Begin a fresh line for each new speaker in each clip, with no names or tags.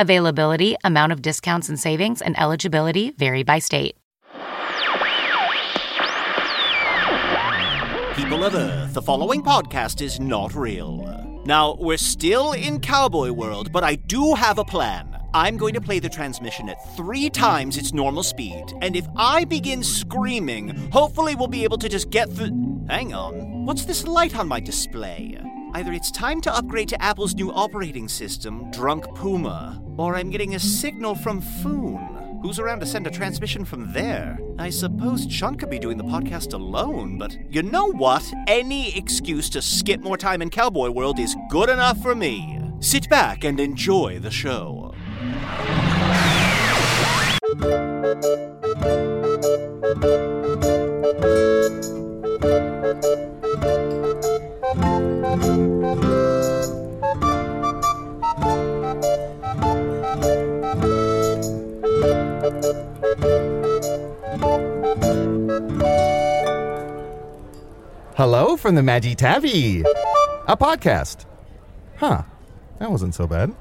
Availability, amount of discounts and savings, and eligibility vary by state.
People of Earth, the following podcast is not real. Now, we're still in cowboy world, but I do have a plan. I'm going to play the transmission at three times its normal speed, and if I begin screaming, hopefully we'll be able to just get through. Hang on, what's this light on my display? Either it's time to upgrade to Apple's new operating system, Drunk Puma, or I'm getting a signal from Foon. Who's around to send a transmission from there? I suppose Sean could be doing the podcast alone, but you know what? Any excuse to skip more time in Cowboy World is good enough for me. Sit back and enjoy the show.
Hello from the Magi Tabby, a podcast. Huh, that wasn't so bad.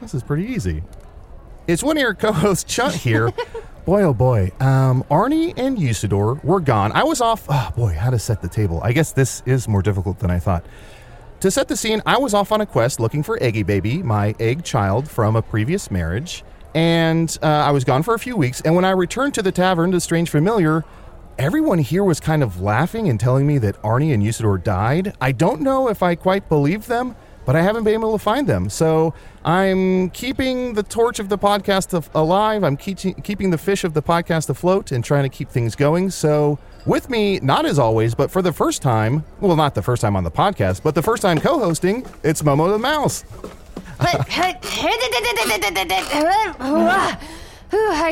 This is pretty easy. It's one of your co-hosts, Chunt here. boy, oh boy, um, Arnie and Usador were gone. I was off. Oh boy, how to set the table? I guess this is more difficult than I thought. To set the scene, I was off on a quest looking for Eggy Baby, my egg child from a previous marriage, and uh, I was gone for a few weeks. And when I returned to the tavern to Strange Familiar, everyone here was kind of laughing and telling me that Arnie and Usador died. I don't know if I quite believe them, but I haven't been able to find them. So I'm keeping the torch of the podcast of- alive. I'm keep- keeping the fish of the podcast afloat and trying to keep things going. So with me, not as always, but for the first time, well, not the first time on the podcast, but the first time co hosting, it's Momo the Mouse.
But hi,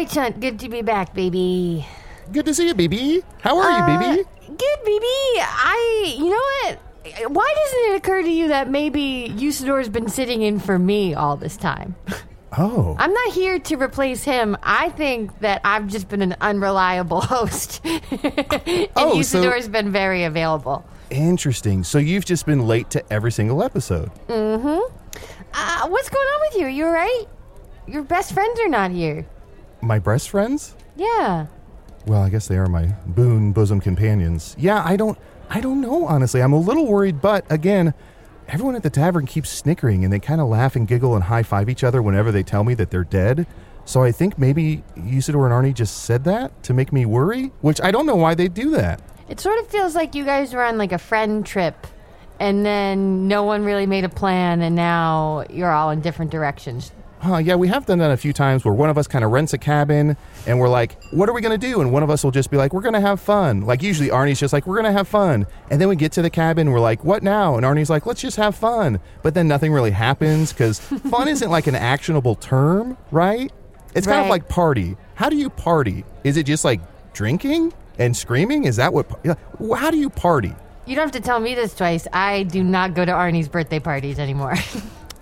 Chunt. Good to be back, baby.
Good to see you, BB. How are you,
Uh,
BB?
Good, baby. I. You know what? Why doesn't it occur to you that maybe Usador's been sitting in for me all this time?
Oh.
I'm not here to replace him. I think that I've just been an unreliable host, and
Oh, so-
Usador's been very available.
Interesting. So you've just been late to every single episode.
Mm-hmm. Uh, what's going on with you? Are you all right? Your best friends are not here.
My breast friends?
Yeah.
Well, I guess they are my boon bosom companions. Yeah, I don't I don't know honestly. I'm a little worried, but again, everyone at the tavern keeps snickering and they kind of laugh and giggle and high-five each other whenever they tell me that they're dead. So I think maybe Usador and Arnie just said that to make me worry, which I don't know why they do that.
It sort of feels like you guys were on like a friend trip and then no one really made a plan and now you're all in different directions.
Huh, yeah, we have done that a few times where one of us kind of rents a cabin and we're like, what are we going to do? And one of us will just be like, we're going to have fun. Like, usually Arnie's just like, we're going to have fun. And then we get to the cabin, we're like, what now? And Arnie's like, let's just have fun. But then nothing really happens because fun isn't like an actionable term, right? It's kind of
Right.
like party. How do you party? Is it just like drinking and screaming? Is that what? yeah, How do you party?
You don't have to tell me this twice. I do not go to Arnie's birthday parties anymore.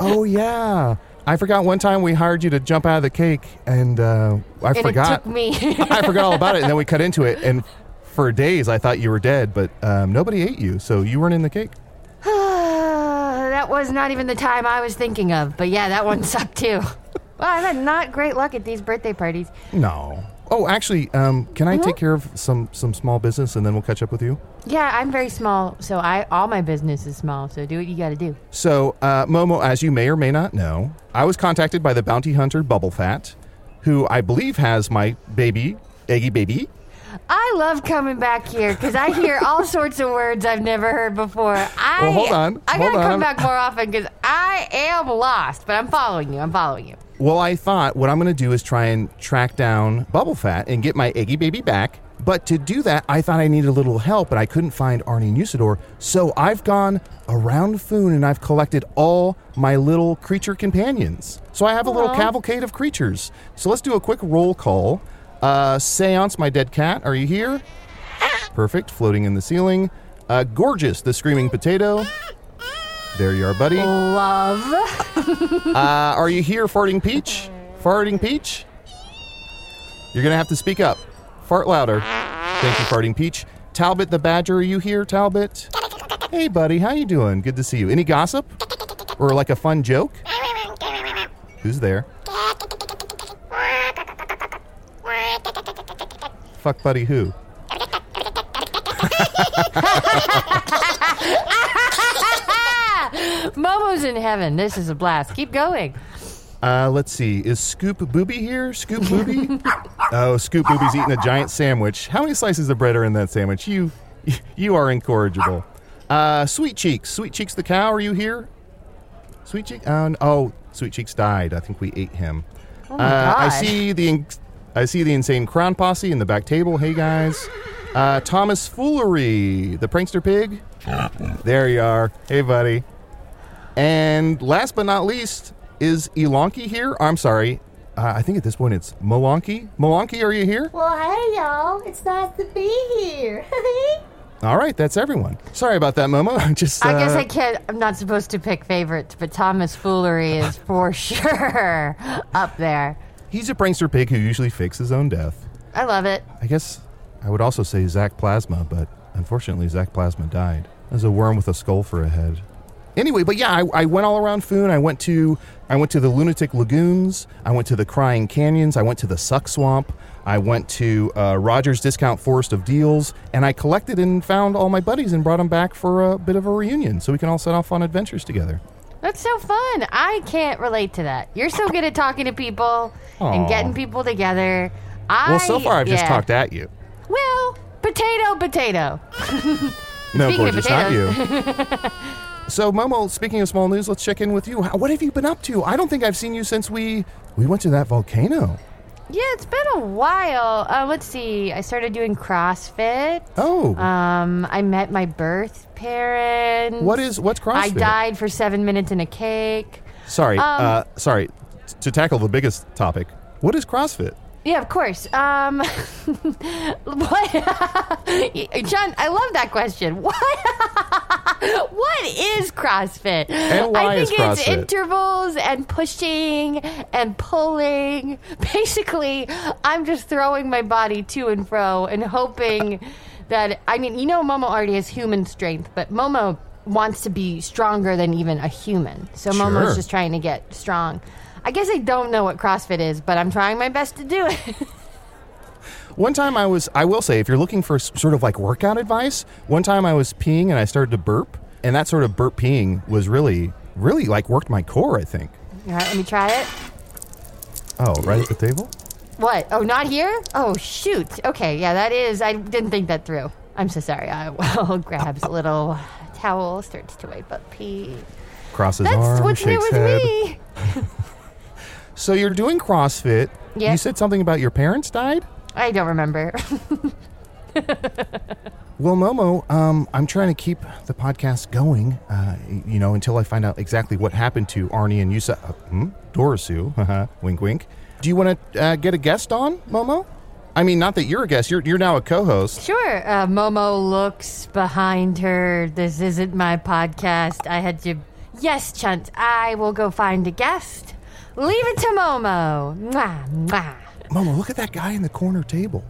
Oh, yeah. I forgot one time we hired you to jump out of the cake, and uh, I
and
forgot.
it took me.
I forgot all about it, and then we cut into it, and for days I thought you were dead, but um, nobody ate you, so you weren't in the cake.
that was not even the time I was thinking of, but yeah, that one sucked too. Well, I've had not great luck at these birthday parties.
No. Oh, actually, um, can I take care of some some small business, and then we'll catch up with you?
Yeah, I'm very small, so I all my business is small. So do what you got to do.
So, uh, Momo, as you may or may not know, I was contacted by the bounty hunter Bubble Fat, who I believe has my baby, Eggy Baby.
I love coming back here because I hear all sorts of words I've never heard before. I,
Well, hold on,
I
hold
gotta
on.
come back more often because I am lost, but I'm following you. I'm following you.
Well, I thought what I'm going to do is try and track down Bubble Fat and get my Eggy Baby back. But to do that, I thought I needed a little help, and I couldn't find Arnie Usador. So I've gone around Foon and I've collected all my little creature companions. So I have a little cavalcade of creatures. So let's do a quick roll call. Uh, Seance, my dead cat, are you here? Perfect, floating in the ceiling. Uh, gorgeous, the screaming potato. There you are, buddy.
Love.
Uh, are you here, Farting Peach? Farting Peach? You're going to have to speak up. Fart louder. Thank you, Farting Peach. Talbot the Badger, are you here, Talbot? Hey, buddy, how you doing? Good to see you. Any gossip? Or like a fun joke? Who's there? Fuck buddy who?
Momo's in heaven. This is a blast. Keep going.
Uh, let's see. Is Scoop Booby here? Scoop Booby? oh, Scoop Booby's eating a giant sandwich. How many slices of bread are in that sandwich? You, you are incorrigible. Uh, Sweet Cheeks. Sweet Cheeks the cow. Are you here? Sweet Cheek. Oh, n- oh, Sweet Cheeks died. I think we ate him. Oh
my
uh, I
God.
see the, in- I see the insane crown posse in the back table. Hey guys. Uh, Thomas Foolery, the prankster pig. There you are. Hey, buddy. And last but not least, is Elonki here? I'm sorry. Uh, I think at this point it's Molonki. Molonki, are you here?
Well, hey, y'all. It's nice to be here.
All right, that's everyone. Sorry about that, Momo. I Just
I guess
uh,
I can't. I'm not supposed to pick favorites, but Thomas Foolery is for sure up there.
he's a prankster pig who usually fakes his own death.
I love it.
I guess I would also say Zach Plasma, but unfortunately, Zach Plasma died as a worm with a skull for a head. Anyway, but yeah, I, I went all around Foon. I went to I went to the Lunatic Lagoons. I went to the Crying Canyons. I went to the Suck Swamp. I went to uh, Rogers Discount Forest of Deals, and I collected and found all my buddies and brought them back for a bit of a reunion, so we can all set off on adventures together.
That's so fun. I can't relate to that. You're so good at talking to people
Aw.
and getting people together. I,
Well, so far I've just
yeah.
talked at you.
Well, potato, potato.
No,
Speaking of
gorgeous, not you. so, Momo, speaking of small news, let's check in with you. How- What have you been up to? I don't think I've seen you since we we went to that volcano.
Yeah, it's been a while. Uh, let's see. I started doing CrossFit.
Oh,
Um, I met my birth parents.
what is what's CrossFit?
I died for seven minutes in a cake.
Sorry,
Um,
uh, sorry. T- to tackle the biggest topic, what is CrossFit?
Yeah, of course. Um, what? John, I love that question. What? what is CrossFit?
And why
I
is
think it's
CrossFit?
intervals and pushing and pulling. Basically, I'm just throwing my body to and fro and hoping that I mean, you know, Momo already has human strength, but Momo wants to be stronger than even a human. So
Sure.
Momo's just trying to get strong. I guess I don't know what CrossFit is, but I'm trying my best to do it.
One time I was, I will say, if you're looking for s- sort of like workout advice, one time I was peeing and I started to burp, and that sort of burp peeing was really, really like worked my core, I think.
All right, let me try it.
Oh, right at the table?
What? Oh, not here? Oh, shoot. Okay, yeah, that is. I didn't think that through. I'm so sorry. I will grabs a little towel, starts to wipe up pee.
Crosses
That's
arms,
what's new
shakes
with
head.
me.
So you're doing CrossFit.
Yeah.
You said something about your parents died?
I don't remember.
Well, Momo, um, I'm trying to keep the podcast going, uh, y- you know, until I find out exactly what happened to Arnie and Yusa. Uh, hmm? Dorisu. haha, wink, wink. Do you want to uh, get a guest on, Momo? I mean, not that you're a guest. You're, you're now a co-host.
sure. Uh, Momo looks behind her. This isn't my podcast. I had to. Yes, Chunt, I will go find a guest. Leave it to Momo. Mwah, mwah.
Momo, look at that guy in the corner table.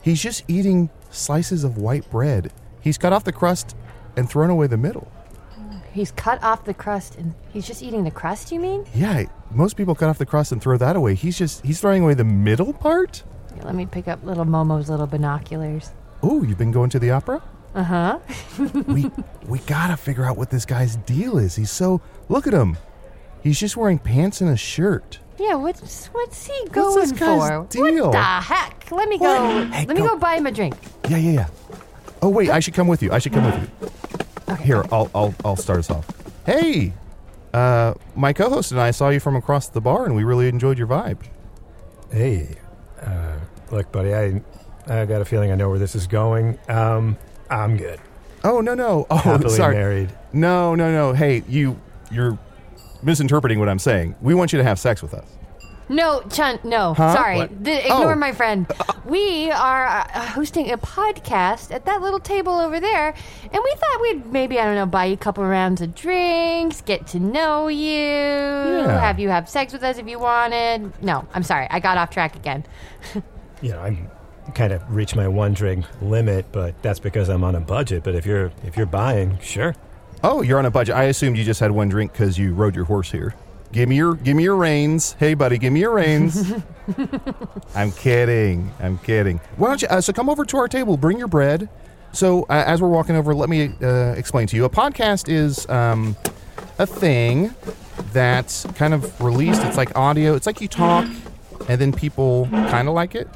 He's just eating slices of white bread. He's cut off the crust and thrown away the middle.
He's cut off the crust and he's just eating the crust, you mean?
Yeah, most people cut off the crust and throw that away. He's just he's throwing away the middle part?
Here, Let me pick up little Momo's little binoculars.
Oh, you've been going to the opera? Uh-huh. we we gotta figure out what this guy's deal is. He's so look at him. He's just wearing pants and a shirt.
Yeah, what's what's he going
What's this guy's
for?
deal?
What the heck? Let me go.
Hey,
let me
go-
go. buy him a drink.
Yeah, yeah, yeah. Oh wait, I should come with you. I should come with you. Here, I'll I'll I'll start us off. Hey, uh, my co-host and I saw you from across the bar, and we really enjoyed your vibe.
Hey, uh, look, buddy, I I got a feeling I know where this is going. Um, I'm good.
Oh no no oh
Happily
sorry
married.
no no no hey you you're misinterpreting what I'm saying. We want you to have sex with us.
No, Chun, no. Sorry.
What?
Th- ignore
Oh.
my friend. We are uh, hosting a podcast at that little table over there, and we thought we'd maybe, I don't know, buy you a couple rounds of drinks, get to know you, have you have sex with us if you wanted. No, I'm sorry. I got off track again.
You know, I'm kind of reached my one drink limit, but that's because I'm on a budget. But if you're if you're buying, sure.
Oh, you're on a budget. I assumed you just had one drink because you rode your horse here. Give me your give me your reins. Hey buddy, give me your reins. I'm kidding. I'm kidding. Why don't you? Uh, so come over to our table. Bring your bread. So uh, as we're walking over, let me uh, explain to you. A podcast is um, a thing that's kind of released. It's like audio. It's like you talk, and then people kind of like it.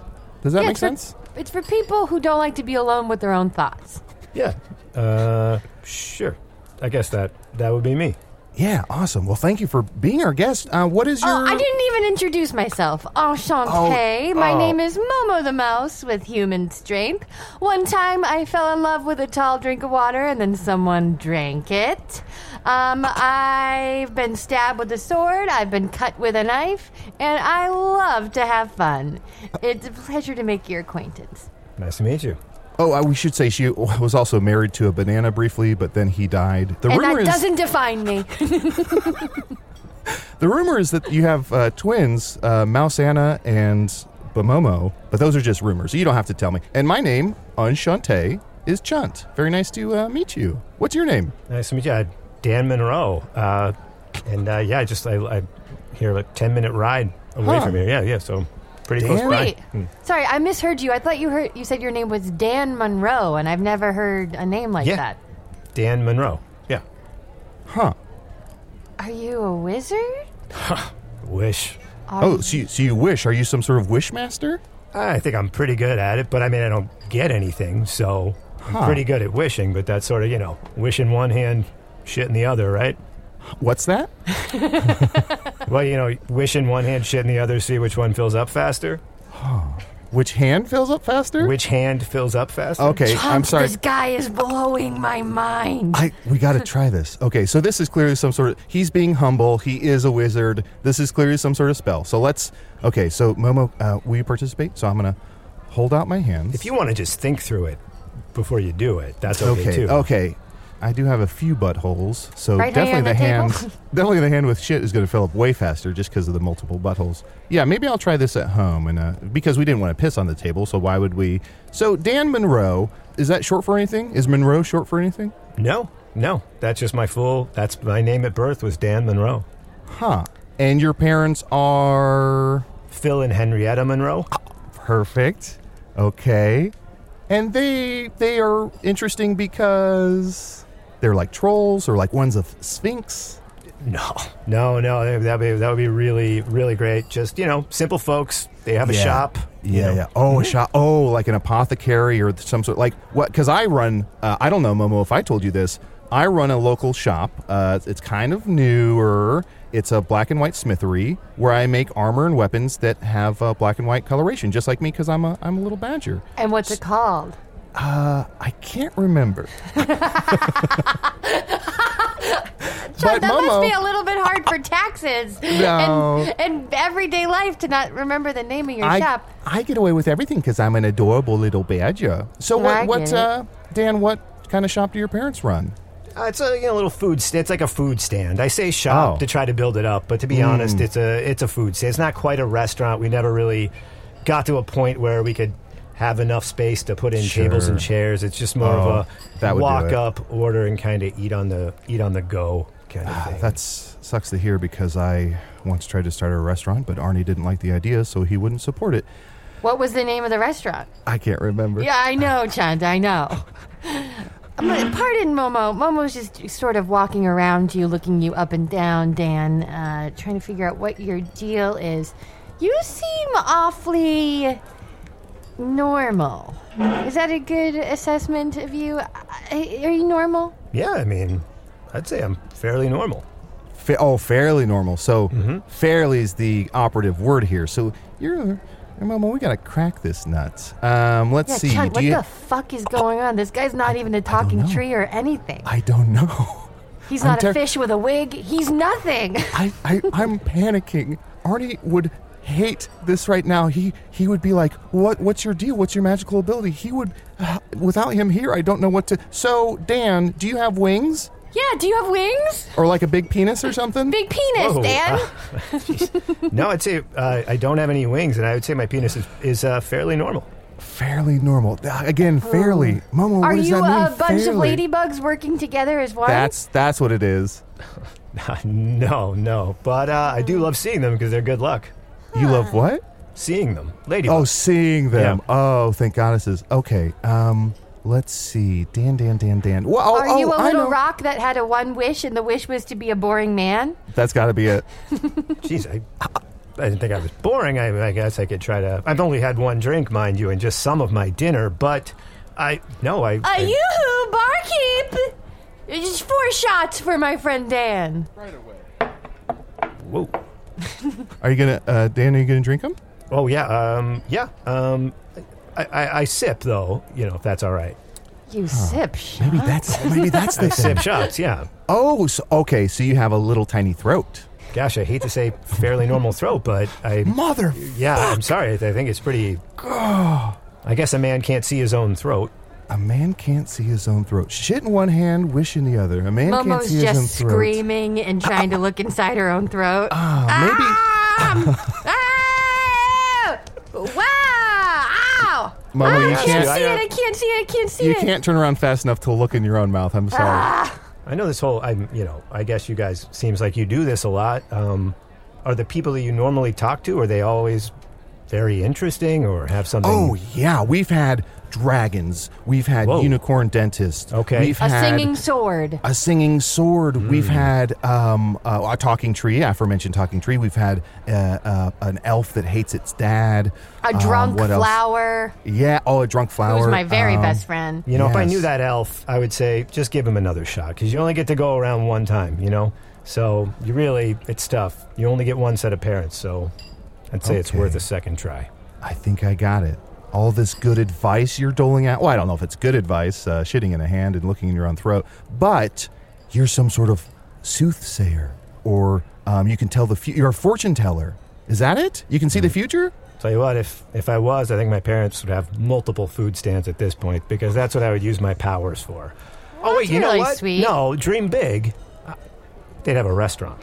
Does that
Yeah,
make
it's for-
sense?
It's for people who don't like to be alone with their own thoughts.
Yeah. Uh, sure. I guess that that would be me.
Yeah. Awesome. Well, thank you for being our guest. Uh, what is your? Oh,
Oh, I didn't even introduce myself. Enchante. My name is Momo the Mouse with human strength. One time I fell in love with a tall drink of water and then someone drank it. Um, I've been stabbed with a sword, I've been cut with a knife, and I love to have fun. It's a pleasure to make your acquaintance.
Nice to meet you.
Oh, uh, we should say she was also married to a banana briefly, but then he died. The
And
rumor
that
is
doesn't define me.
the rumor is that you have uh, twins, uh, Mouse Anna and Bomomo, but those are just rumors. You don't have to tell me. And my name, Unshante, is Chunt. Very nice to uh, meet you. What's your name?
Nice to meet you, uh, Dan Monroe. Uh, and uh, yeah, just I, I hear like ten minute ride away
Huh.
from here. Yeah, yeah. So pretty
Dan?
close by. Hmm.
Wait, sorry, I misheard you. I thought you heard you said your name was Dan Monroe, and I've never heard a name like
Yeah.
that.
Dan Monroe. Yeah.
Huh.
Are you a wizard?
Wish.
oh, so you, so you wish. Are you some sort of wish master?
I think I'm pretty good at it, but I mean, I don't get anything, so I'm pretty good at wishing, but that's sort of, you know, wish in one hand, shit in the other, right?
What's that?
well, you know, wish in one hand, shit in the other, see which one fills up faster,
Which hand fills up faster?
which hand fills up faster.
okay, I'm
Chunk,
sorry.
This guy is blowing my mind.
I we got to try this. Okay, so this is clearly some sort of he's being humble. He is a wizard. This is clearly some sort of spell. So let's okay. So Momo, uh, will you participate? So I'm gonna hold out my hands.
If you want to just think through it before you do it, that's okay,
okay
too.
okay, I do have a few buttholes, so
Right hand
definitely
on
the,
the
hand,
table.
definitely the hand with shit is gonna fill up way faster just because of the multiple buttholes. Yeah, maybe I'll try this at home and uh, because we didn't want to piss on the table, so why would we? So Dan Monroe is that short for anything? Is Monroe short for anything?
No, no, that's just my full, that's my name at birth was Dan Monroe.
Huh. And your parents are.
Phil and Henrietta Monroe.
Perfect. Okay. And they they are interesting because they're like trolls or like ones of sphinx.
No, no, no. That would be that would be really, really great. Just you know, simple folks. They have a shop. you
Yeah,
know.
yeah. Oh, a shop. Oh, like an apothecary or some sort. Like what? Because I run. Uh, I don't know, Momo. If I told you this, I run a local shop. Uh, it's kind of newer. It's a black and white smithery where I make armor and weapons that have uh, black and white coloration, just like me, because I'm a I'm a little badger.
and what's it called?
Uh, I can't remember. but
that must be a
Momo,
little bit hard for taxes
No.
and, and everyday life to not remember the name of your
I,
shop.
I get away with everything because I'm an adorable little badger. So
I
what?
get
What,
it.
uh, Dan? What kind of shop do your parents run?
Uh, it's a you know, little food. St- it's like a food stand. I say shop
Oh. Hmm.
to try to build it up, but to be honest, it's a it's a food stand. It's not quite a restaurant. We never really got to a point where we could have enough space to put in tables and
Sure.
chairs. It's just more
Oh,
of
that
a
would do
walk
it.
up, order, and kind of eat on the eat on the go kind of thing.
That Ah, sucks to hear because I once tried to start a restaurant, but Arnie didn't like the idea, so he wouldn't support it.
What was the name of the restaurant?
I can't remember.
Yeah, I know, Chanda, I know. But Pardon Momo. Momo's just sort of walking around you, looking you up and down, Dan, uh, trying to figure out what your deal is. You seem awfully normal. Is that a good assessment of you? I- Are you normal?
Yeah, I mean, I'd say I'm fairly normal. Mm-hmm.
Fa- oh, fairly normal. So fairly is the operative word here. So you're, Momo, we gotta crack this nuts. Um, let's
Yeah,
see.
Chun,
do
what
you-
the fuck is going on? This guy's not even a talking
know.
tree or anything.
I don't know.
He's
I'm
not
ter-
a fish with a wig. He's nothing.
I, I I'm panicking. Arnie would hate this right now. He he would be like, "What what's your deal? What's your magical ability?" He would uh, without him here, I don't know what to. So, Dan, do you have wings
Yeah, do you have wings?
or like a big penis or something?
Big penis,
Whoa,
Dan.
No, I'd say uh, I don't have any wings, and I would say my penis is, is uh, fairly normal.
fairly normal. Th- Again,
Oh.
fairly. Momo,
Are
what does
you
that mean?
a bunch
fairly?
of ladybugs working together as one?
That's that's what it is.
no, no, but uh, I do love seeing them because they're good luck.
You love what?
Seeing them, lady.
Oh, seeing them.
Yeah.
Oh, thank goddesses. Okay. Um, let's see. Dan, Dan, Dan, Dan. Whoa, oh,
Are you
oh,
a
I
little
know.
rock that had a one wish and the wish was to be a boring man?
That's got to be it.
Jeez, I, I didn't think I was boring. I, I guess I could try to. I've only had one drink, mind you, and just some of my dinner, but I. No, I.
A
I-
yoo-hoo, barkeep! Just four shots for my friend Dan.
whoa.
Are you gonna, uh, Dan? Are you gonna drink them?
Oh, yeah. Um, yeah. Um, I, I, I sip, though, you know, if that's all right.
You sip shot.
Maybe that's maybe that's the thing.
Sip shots, yeah.
Oh, so, okay. So you have a little tiny throat,
Gosh, I hate to say fairly normal throat, but I.
mother.
Yeah, I'm sorry. I think it's pretty. I guess a man can't see his own throat.
A man can't see his own throat. Shit in one hand, wish in the other. A man can't
Momo's
see his own
just
throat. Uh, Oh,
screaming and trying to look inside her own throat.
Maybe.
Um, Ah! Wow! Ow!
Momo,
Ah,
you
I
can't-
can't see it. I can't see it. I can't see
You
it. Ah!
can't turn around fast enough to look in your own mouth. I'm sorry.
I know this whole. I'm. You know. I guess you guys seems like you do this a lot. Um, are the people that you normally talk to are they always very interesting or have something?
Oh yeah, we've had dragons. We've had
Whoa.
unicorn dentists.
Okay.
we've
A
had
singing sword.
a singing sword. We've had um, uh, a talking tree, aforementioned talking tree. We've had uh, uh, an elf that hates its dad.
A
Um,
drunk
what else?
flower.
Yeah. Oh, a drunk flower.
Who's my very
Um,
best friend.
You know, if I
yes.
knew that elf, I would say just give him another shot because you only get to go around one time. You know, so you really it's tough. You only get one set of parents, so I'd say it's
Okay.
worth a second try.
I think I got it. All this good advice you're doling out. Well, I don't know if it's good advice, uh, shitting in a hand and looking in your own throat, but you're some sort of soothsayer, or um, you can tell the fu- you're a fortune teller. Is that it? You can see the future.
Mm. Tell you what, if if I was, I think my parents would have multiple food stands at this point because that's what I would use my powers for. oh wait, you know
really
what?
sweet.
No, dream big. Uh, They'd have a restaurant.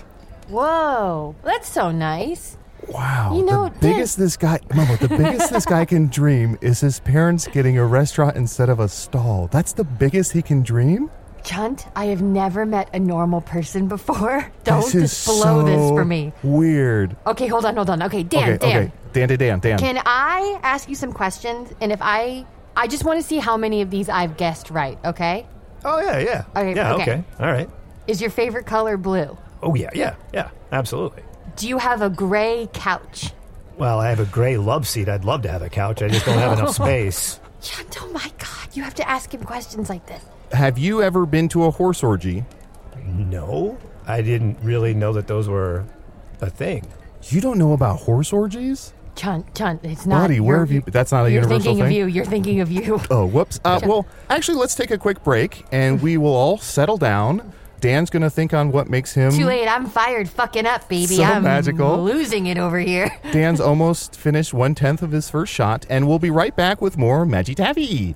Whoa, that's so nice.
Wow.
You know,
Oh, the biggest this guy, Momo, the biggest this guy can dream is his parents getting a restaurant instead of a stall. That's the biggest he can dream?
Chunt, I have never met a normal person before. Don't
this is
just blow this
so
for me.
Weird.
Okay, hold on, hold on. Okay, Dan,
okay,
Dan.
okay. Dan, Dan, Dan, Dan.
Can I ask you some questions? And if I, I just want to see how many of these I've guessed right. Okay,
Oh yeah, yeah.
Okay,
yeah,
okay.
okay. All right.
is your favorite color blue?
Oh yeah, yeah, yeah. Absolutely.
Do you have a gray couch?
Well, I have a gray love seat. I'd love to have a couch. I just don't have enough space.
Chunt, oh my God, you have to ask him questions like this.
Have you ever been to a horse orgy?
No, I didn't really know that those were a thing.
You don't know about horse orgies?
Chunt, Chunt, it's not.
Buddy, where
you're-
have you That's not a
You're
universal
thinking
thing.
of you. You're thinking of you.
Oh, whoops. Uh, well, actually, let's take a quick break and we will all settle down. Dan's going to think on what makes him.
Too late. I'm fired. Fucking up, baby.
So
I'm
magical.
Losing it over here.
Dan's almost finished one tenth of his first shot, and we'll be right back with more Maggie Taffy.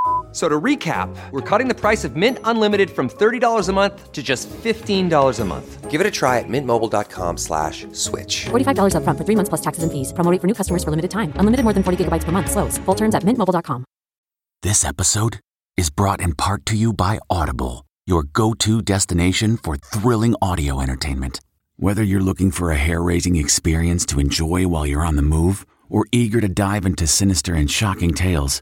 So to recap, we're cutting the price of Mint Unlimited from $30 a month to just $15 a month.
Give it a try at mintmobile.com slash switch.
$45 upfront for three months plus taxes and fees. Promo rate for new customers for limited time. Unlimited more than 40 gigabytes per month. Slows. Full terms at mintmobile.com.
This episode is brought in part to you by Audible, your go to destination for thrilling audio entertainment. Whether you're looking for a hair raising experience to enjoy while you're on the move or eager to dive into sinister and shocking tales,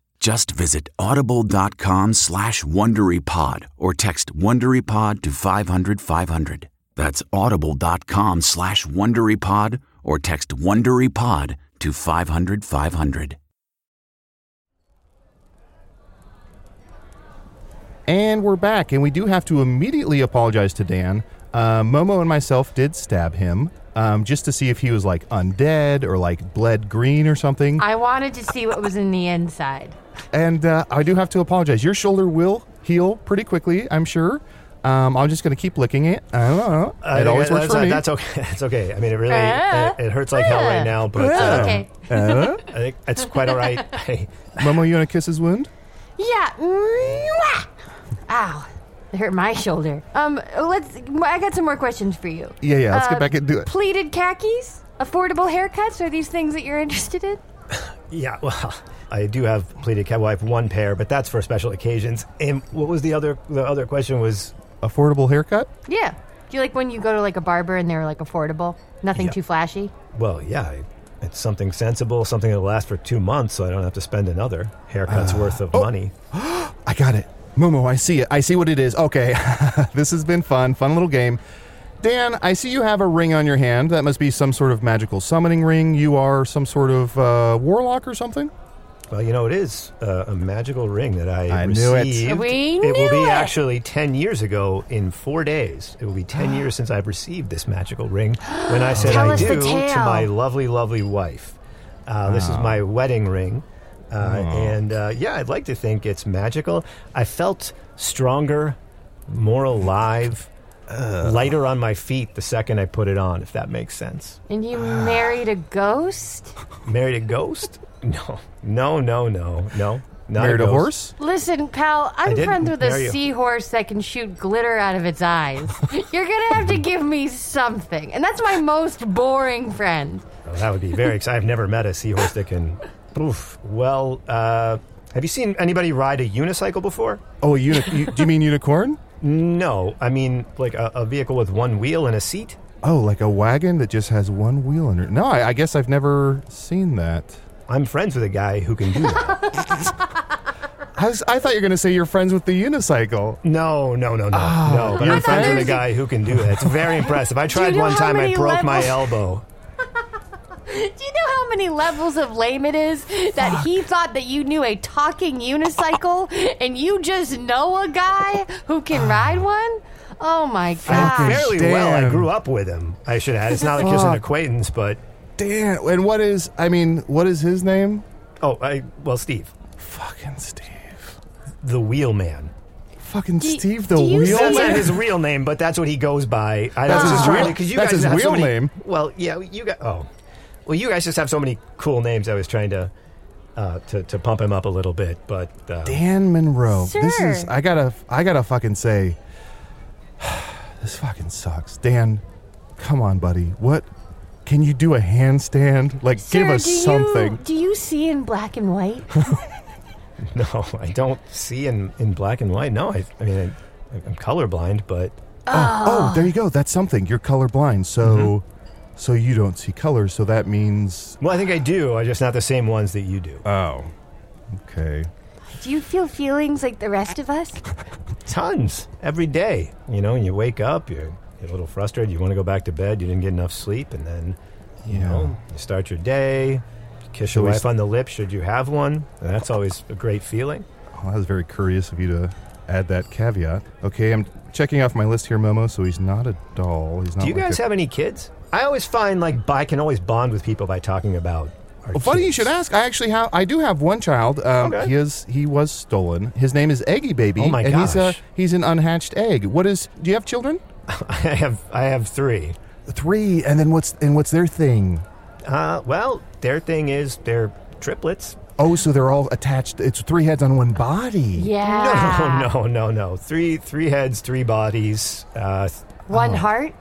Just visit audible.com slash WonderyPod or text WonderyPod to 500 500. That's audible.com slash WonderyPod or text WonderyPod to 500 500.
And we're back, and we do have to immediately apologize to Dan. Uh, Momo and myself did stab him um, just to see if he was like undead or like bled green or something.
I wanted to see what was in the inside.
And uh, I do have to apologize. Your shoulder will heal pretty quickly, I'm sure. Um, I'm just going to keep licking it. I don't know.
I
it
think
always
that-
works
Uh, that's,
for me.
That's okay. That's okay. I mean, it really
Ah.
it, it hurts like hell right now, but
It's
um,
okay.
Uh,
I think it's quite all right. I,
Momo, you want to kiss his wound?
Yeah. Mwah! Ow. It hurt my shoulder. Um, let's. I got some more questions for you.
Yeah, yeah. Let's
Uh,
get back into it.
Pleated khakis, affordable haircuts. Are these things that you're interested in?
yeah, well, I do have pleated cat. Well, I have one pair, but that's for special occasions. And what was the other? The other question was
Affordable haircut?
Yeah. Do you like when you go to like a barber and they're like affordable, nothing
Yeah.
too flashy?
Well, yeah, it's something sensible, something that'll last for two months, so I don't have to spend another haircut's worth of money.
Uh, oh. I got it. Momo, I see it. I see what it is. Okay. this has been fun. Fun little game. Dan, I see you have a ring on your hand. That must be some sort of magical summoning ring. You are some sort of uh, warlock or something?
Well, you know, it is uh, a magical ring that I,
I knew it.
received.
We
it will
knew
be
it.
actually 10 years ago in four days. It will be 10 years since I've received this magical ring when I said
Tell
I
us
do
the
to
tale.
my lovely, lovely wife. Uh, This is my wedding ring. Uh, And uh, yeah, I'd like to think it's magical. I felt stronger, more alive, lighter on my feet the second I put it on, if that makes sense.
And you married a ghost?
Married a ghost? No, no, no, no, no. Not
Married a
ghost.
horse?
Listen, pal, I'm
didn't
friends with
marry
a
you.
seahorse that can shoot glitter out of its eyes. You're gonna have to give me something. And that's my most boring friend.
Oh, that would be very exciting. I've never met a seahorse that can. Oof. Well, uh, have you seen anybody ride a unicycle before?
Oh, a uni- you, do you mean unicorn?
No. I mean, like a, a vehicle with one wheel and a seat?
Oh, like a wagon that just has one wheel under it. No, I, I guess I've never seen that.
I'm friends with a guy who can do that.
I, was, I thought you were going to say you're friends with the unicycle. Ah.
no, no, no, no. no, but
you're
I'm friends with
friends?
a guy who can do that. It's very impressive. I tried
know
one
how
time, I
many
broke my
levels-
elbow.
Do you know how many levels of lame it is that he thought that you knew a talking unicycle and you just know a guy who can
Ah.
ride one? Oh my god.
Fairly well. I
damn.
grew up with him, I should add. It's not like just an
Fuck.
acquaintance, but.
Dan, and what is, I mean, what is his name?
Oh, I, well, Steve,
Fucking Steve.
the wheel man.
Fucking
Do-
Steve the
do you
Wheel
see
That's
it?
not his real name, but that's what he goes by. I
That's
was just
his
trying
real-
to- 'cause you
that's
guys
his
have so
real
many-
name.
Well, yeah, you got. Oh, well, you guys just have so many cool names. I was trying to uh, to, to pump him up a little bit, but uh,
Dan Monroe. This is
Sure.
I gotta I gotta fucking say this fucking sucks. Dan, come on, buddy. What can you do a handstand? Like give
Sir,
us
do you-
something.
do you see in black and white?
no, I don't see in in black and white. No, I, I mean I, I'm colorblind, but
Ah.
Oh, there you go. That's something. You're colorblind, so
Mm-hmm.
so you don't see colors, so that means
well, I think I do. I just not the same ones that you do.
Oh. Okay.
Do you feel feelings like the rest of us?
Tons every day. You know, and you wake up, you're, you're a little frustrated. You want to go back to bed. You didn't get enough sleep, and then you know you start your day. you Kiss
Should
your
we
wife
s-
on the lips. Should you have one? And that's always a great feeling.
Oh, that was very courteous of you to add that caveat. Okay, I'm checking off my list here, Momo. So he's not a doll. He's not.
Do you
like
guys
a-
have any kids? I always find like I can always bond with people by talking about. Our
Well, funny you
kids.
should ask. I actually have. I do have one child. Um,
Okay.
He is. He was stolen. His name is Eggy Baby.
Oh, my
and He's a,
gosh.
he's an unhatched egg. What is? Do you have children?
I have. I have three.
Three. And then what's? And what's their thing?
Uh, well, their thing is they're triplets.
Oh, so they're all attached. It's three heads on one body.
No, no, no, no. Three, three heads, three bodies. Uh, th-
One heart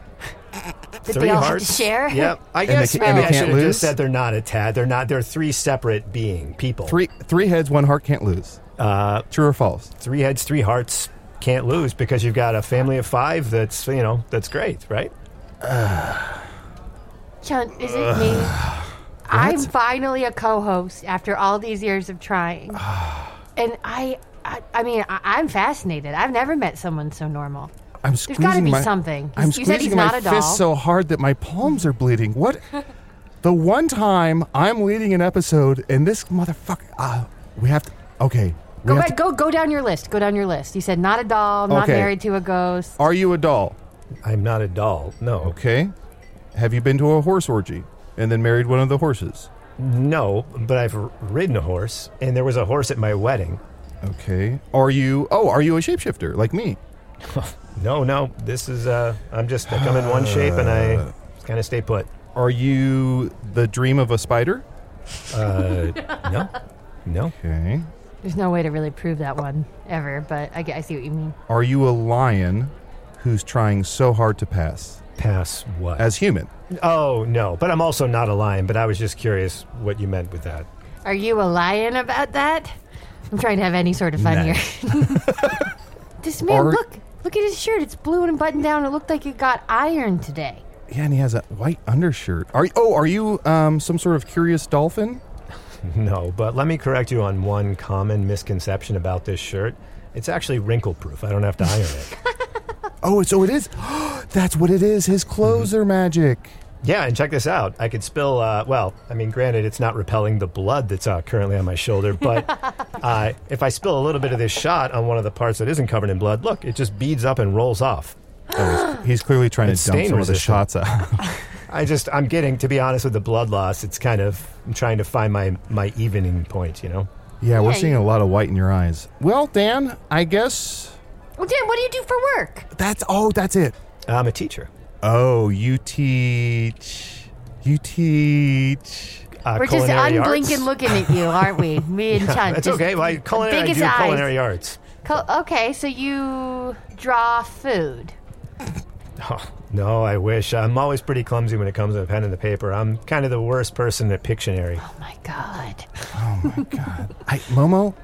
that
three
they all
hearts.
have to share.
Yep. I
And they
guess
ca- and
maybe
they
I
can't
should have
lose?
just said they're not a tad. They're not. They're three separate being people.
Three three heads, one heart can't lose.
Uh,
True or false?
three heads, three hearts. Can't lose because you've got a family of five. That's you know that's great, right?
Chun, is it me? I'm finally a co-host after all these years of trying, and I, I, I mean, I, I'm fascinated. I've never met someone so normal.
I'm
There's
squeezing
got to be
my-
something.
I'm
you said
squeezing
he's
my
not a doll.
fist so hard that my palms are bleeding. What? the one time I'm leading an episode and this motherfucker. Uh, we have to. Okay. We
go
have
back,
to-
go go down your list. Go down your list. You said not a doll, not
Okay.
married to a ghost.
Are you a doll?
I'm not a doll. No,
Okay. Have you been to a horse orgy and then married one of the horses?
no. But I've r- ridden a horse, and there was a horse at my wedding.
Okay. Are you? Oh, are you a shapeshifter like me?
No, no. This is uh I'm just I come in one shape and I kind of stay put.
Uh. Are you the dream of a spider?
Uh no. No.
Okay.
There's no way to really prove that one ever, but I, get- I see what you mean.
Are you a lion who's trying so hard to pass
Pass what?
as human?
oh, no. But I'm also not a lion, but I was just curious what you meant with that.
Are you a lion about that? I'm trying to have any sort of fun here. this man,
Are-
look, look at his shirt. It's blue and buttoned down. It looked like it got ironed today.
Yeah, and he has a white undershirt. Are oh, are you um, some sort of curious dolphin?
No, but let me correct you on one common misconception about this shirt. It's actually wrinkle proof. I don't have to iron it.
Oh, so it is. That's what it is. His
Mm-hmm.
clothes are magic.
Yeah, and check this out. I could spill, uh, well, I mean, granted, it's not repelling the blood that's uh, currently on my shoulder, but uh, if I spill a little bit of this shot on one of the parts that isn't covered in blood, look, it just beads up and rolls off.
Oh, he's, he's clearly trying
It's
to dump
stain
some of the
resistant.
shots out.
I just, I'm getting, to be honest, with the blood loss, it's kind of, I'm trying to find my, my evening point, you know?
yeah, we're
Yeah,
seeing a lot of white in your eyes. Well, Dan, I guess
Well, Dan, what do you do for work?
that's. Oh, that's it.
I'm a teacher.
Oh, you teach. You teach.
Uh,
We're just
culinary
unblinking
arts.
looking at you, aren't we? Me and Chun.
That's
just
okay. Well, I, culinary, I
biggest
do
eyes.
culinary arts.
Co- okay, so you draw food.
Oh, no, I wish. I'm always pretty clumsy when it comes to a pen and the paper. I'm kind of the worst person at Pictionary.
Oh my god.
I, Momo,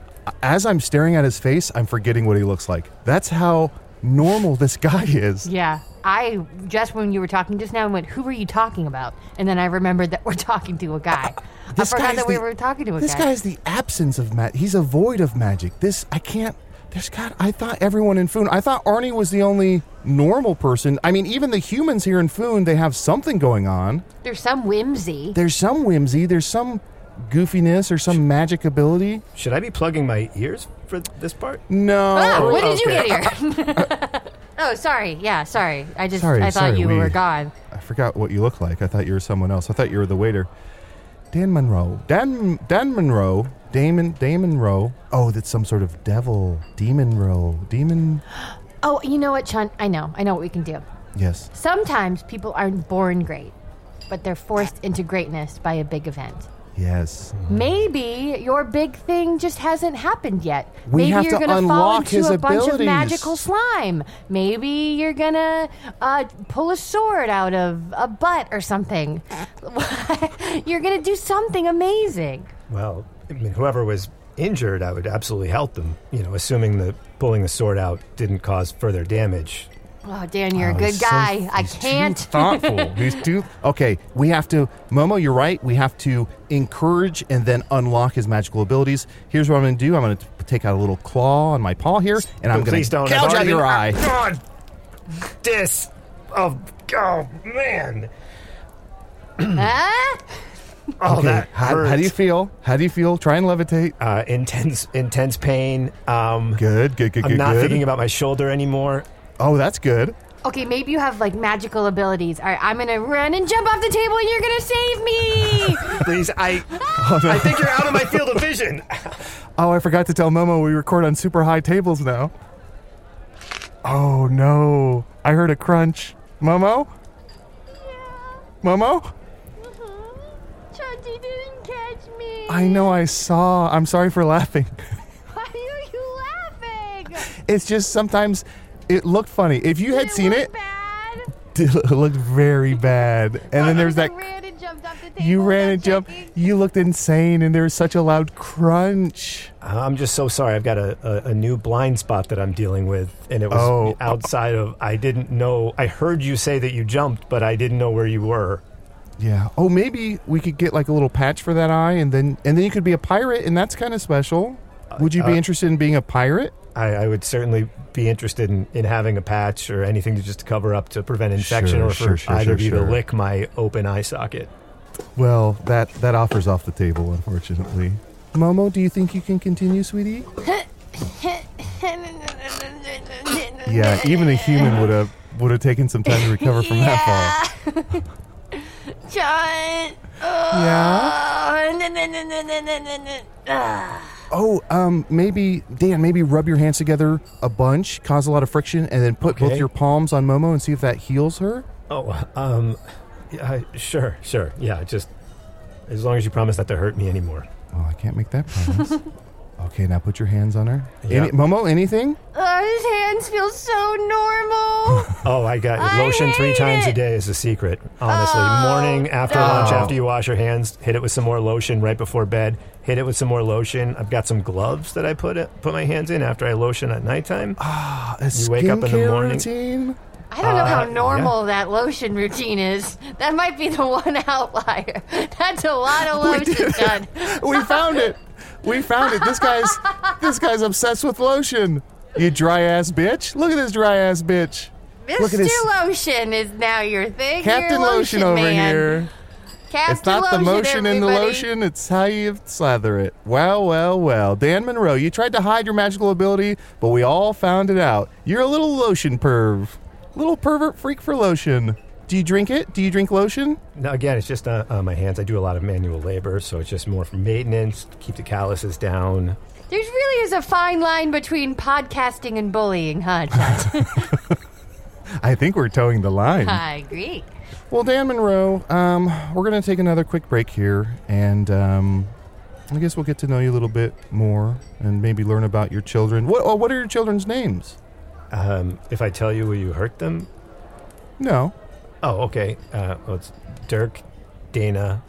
as I'm staring at his face, I'm forgetting what he looks like. That's how normal this guy is.
Yeah. I just when you were talking just now and went, who are you talking about? And then I remembered that we're talking to a guy. I forgot
guy's
that we
the-
were talking to a
this
guy.
guy's the absence of magic. He's a void of magic. This I can't. There's got. I thought everyone in Foon. I thought Arnie was the only normal person. I mean, even the humans here in Foon, they have something going on.
There's some whimsy.
There's some whimsy. There's some goofiness or some magic ability.
Should I be plugging my ears for this part?
No.
Oh, when did
okay.
you get here? oh, sorry. Yeah, sorry. I just
Sorry,
I thought
sorry,
you
we-
were gone.
I forgot what you look like. I thought you were someone else. I thought you were the waiter. Dan Monroe. Dan Dan Monroe. Damon Damon Rowe. Oh, that's some sort of devil. Demon Rowe. Demon.
Oh, you know what, Chun? I know. I know what we can do.
Yes.
Sometimes people aren't born great, but they're forced into greatness by a big event.
Hmm. Yes.
Maybe your big thing just hasn't happened yet.
We
Maybe
have
you're
to
gonna fall
unlock
into
his
a bunch of
abilities.
magical slime. Maybe you're gonna uh, pull a sword out of a butt or something. you're gonna do something amazing.
Well, I mean, whoever was injured, I would absolutely help them. You know, assuming that pulling the sword out didn't cause further damage.
Oh, Dan, you're
Oh,
a good
he's so-
guy. I
he's too
can't.
thoughtful. He's too okay. We have to, Momo. You're right. We have to encourage and then unlock his magical abilities. Here's what I'm going to do. I'm going to take out a little claw on my paw here, and I'm going
Oh, Please
to
don't.
gouge
I've
out
already-
your eye.
God, this. Oh, oh man.
huh?
Oh,
Okay,
that
how- how do you feel? How do you feel? Try and levitate.
Uh, intense, intense pain. Um,
good, good, good,
I'm
good,
not
good.
thinking about my shoulder anymore.
Oh, that's good.
Okay, maybe you have like magical abilities. All right, I'm gonna run and jump off the table. and You're gonna save me.
Please, I, I think you're out of my field of vision.
Oh, I forgot to tell Momo we record on super high tables now. Oh no! I heard a crunch. Momo. Momo.
Chachi didn't catch me.
I know I saw. I'm sorry for laughing.
Why are you laughing?
It's just sometimes it looked funny. If you had seen it, it looked very bad. And then there's that. You ran and jumped. You looked insane, and there was such a loud crunch.
I'm just so sorry. I've got a, a, a new blind spot that I'm dealing with, and it was
Oh.
outside of. I didn't know. I heard you say that you jumped, but I didn't know where you were.
Yeah. Oh, maybe we could get like a little patch for that eye, and then and then you could be a pirate, and that's kind of special. Would you be
Uh,
interested in being a pirate?
I, I would certainly be interested in, in having a patch or anything to just cover up to prevent infection
Sure,
or
sure,
for
sure,
either
sure,
of you
sure.
to lick my open eye socket.
Well, that that offers off the table, unfortunately. Momo, do you think you can continue, sweetie? Yeah, even a human would have would have taken some time to recover from that fall.
John. Yeah.
Oh, um, maybe Dan, maybe rub your hands together a bunch, cause a lot of friction, and then put both
Okay.
your palms on Momo and see if that heals her.
Oh, um, yeah, I- sure, sure. Yeah, just as long as you promise not to hurt me anymore.
Oh, I can't make that promise. okay, now put your hands on her. Any,
Yeah.
Momo, anything?
Oh, his hands feel so normal.
Oh, I got lotion three times a day is a secret. Honestly,
Oh.
morning, after lunch,
no.
after you wash your hands, hit it with some more lotion right before bed. Hit it with some more lotion. I've got some gloves that I put it, put my hands in after I lotion at nighttime.
Ah,
You wake up in the
skincare
morning.
routine?
I don't know
Uh,
how
yeah.
normal that lotion routine is. That might be the one outlier. That's a lot
Oh,
of lotion, John.
We found it. We found it. This guy's this guy's obsessed with lotion. You dry ass bitch. Look at this dry ass bitch. Look at
Mr.
this
Lotion is now your thing. You're a
Captain Lotion, over
man.
here.
Captain
it's not the motion in the
everybody.
lotion, it's how you slather it. Well, well, well. Dan Monroe, you tried to hide your magical ability, but we all found it out. You're a little lotion perv. Little pervert freak for lotion. Do you drink it? Do you drink lotion?
Now again, it's just uh, uh, my hands. I do a lot of manual labor, so it's just more for maintenance, keep the calluses down.
There really is a fine line between podcasting and bullying, huh, John?
I think we're towing the line.
I agree.
Well, Dan Monroe, um, we're going to take another quick break here, and um, I guess we'll get to know you a little bit more and maybe learn about your children. What, oh, what are your children's names?
Um, if I tell you, will you hurt them?
No.
Oh, okay. Uh, well, it's Dirk, Dana,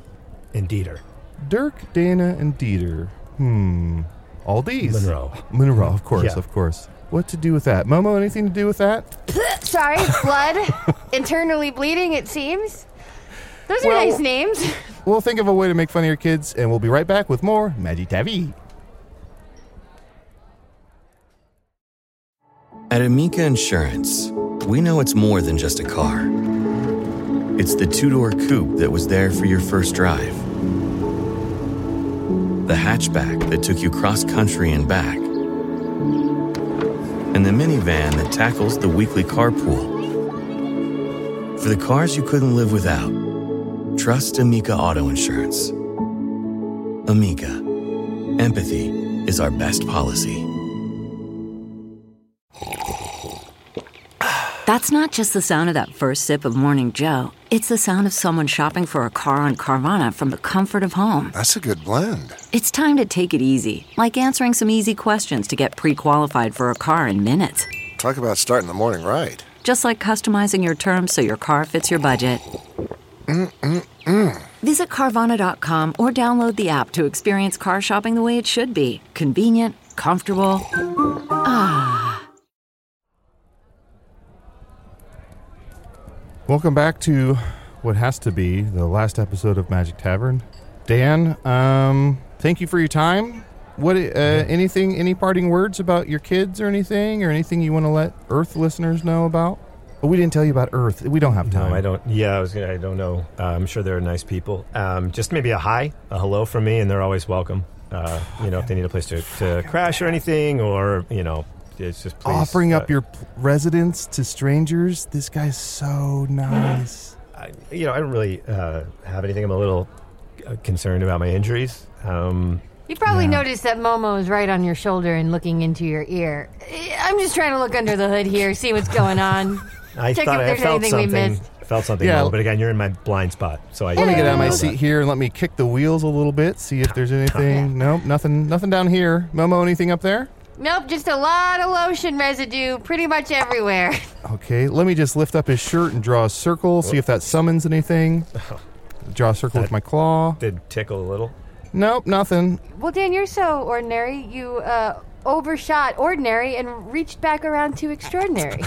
and Dieter.
Dirk, Dana, and Dieter. Hmm. All these.
Monroe.
Monroe, of course,
Yeah.
of course. What to do with that? Momo, anything to do with that?
Sorry, blood. Internally bleeding, it seems. Those are
Well-
nice names.
We'll think of a way to make fun of your kids, and we'll be right back with more Magic Tavi.
At Amica Insurance, we know it's more than just a car. It's the two door coupe that was there for your first drive, the hatchback that took you cross country and back, and the minivan that tackles the weekly carpool. For the cars you couldn't live without, trust Amica Auto Insurance. Amica, empathy is our best policy.
That's not just the sound of that first sip of Morning Joe. It's the sound of someone shopping for a car on Carvana from the comfort of home.
That's a good blend.
It's time to take it easy, like answering some easy questions to get pre qualified for a car in minutes.
Talk about starting the morning right.
Just like customizing your terms so your car fits your budget. Visit Carvana.com or download the app to experience car shopping the way it should be convenient, comfortable. Ah.
Welcome back to what has to be the last episode of Magic Tavern. Dan, um, thank you for your time. What uh, anything any parting words about your kids or anything or anything you want to let Earth listeners know about? Oh, we didn't tell you about Earth. We don't have time.
No, Um, I don't. Yeah, I was gonna. I don't know. Uh, I'm sure they're nice people. Um, just maybe a hi, a hello from me, and they're always welcome. Uh, you know, if they need a place to, to crash or anything, or you know, it's just please,
Offering
uh,
up your p- residence to strangers. This guy's so nice.
I, you know, I don't really uh, have anything. I'm a little uh, concerned about my injuries. Um,
You probably
Yeah.
noticed that Momo is right on your shoulder and looking into your ear. Eh, I'm just trying to look under the hood here, see what's going on.
I
Check
thought
if
I
there's
felt
anything
something.
we missed.
Felt something.
Yeah.
wrong, but again, you're in my blind spot, so I
Let me get out of my
know
seat
that.
here and let me kick the wheels a little bit. See if there's anything. Nope, nothing. Nothing down here. Momo, anything up there?
Nope, just a lot of lotion residue pretty much everywhere.
Okay, let me just lift up his shirt and draw a circle. See if that summons anything. Draw a circle with my claw.
Did tickle a little.
Nope, nothing.
Well, Dan, you're so ordinary. You uh, overshot ordinary and reached back around to extraordinary.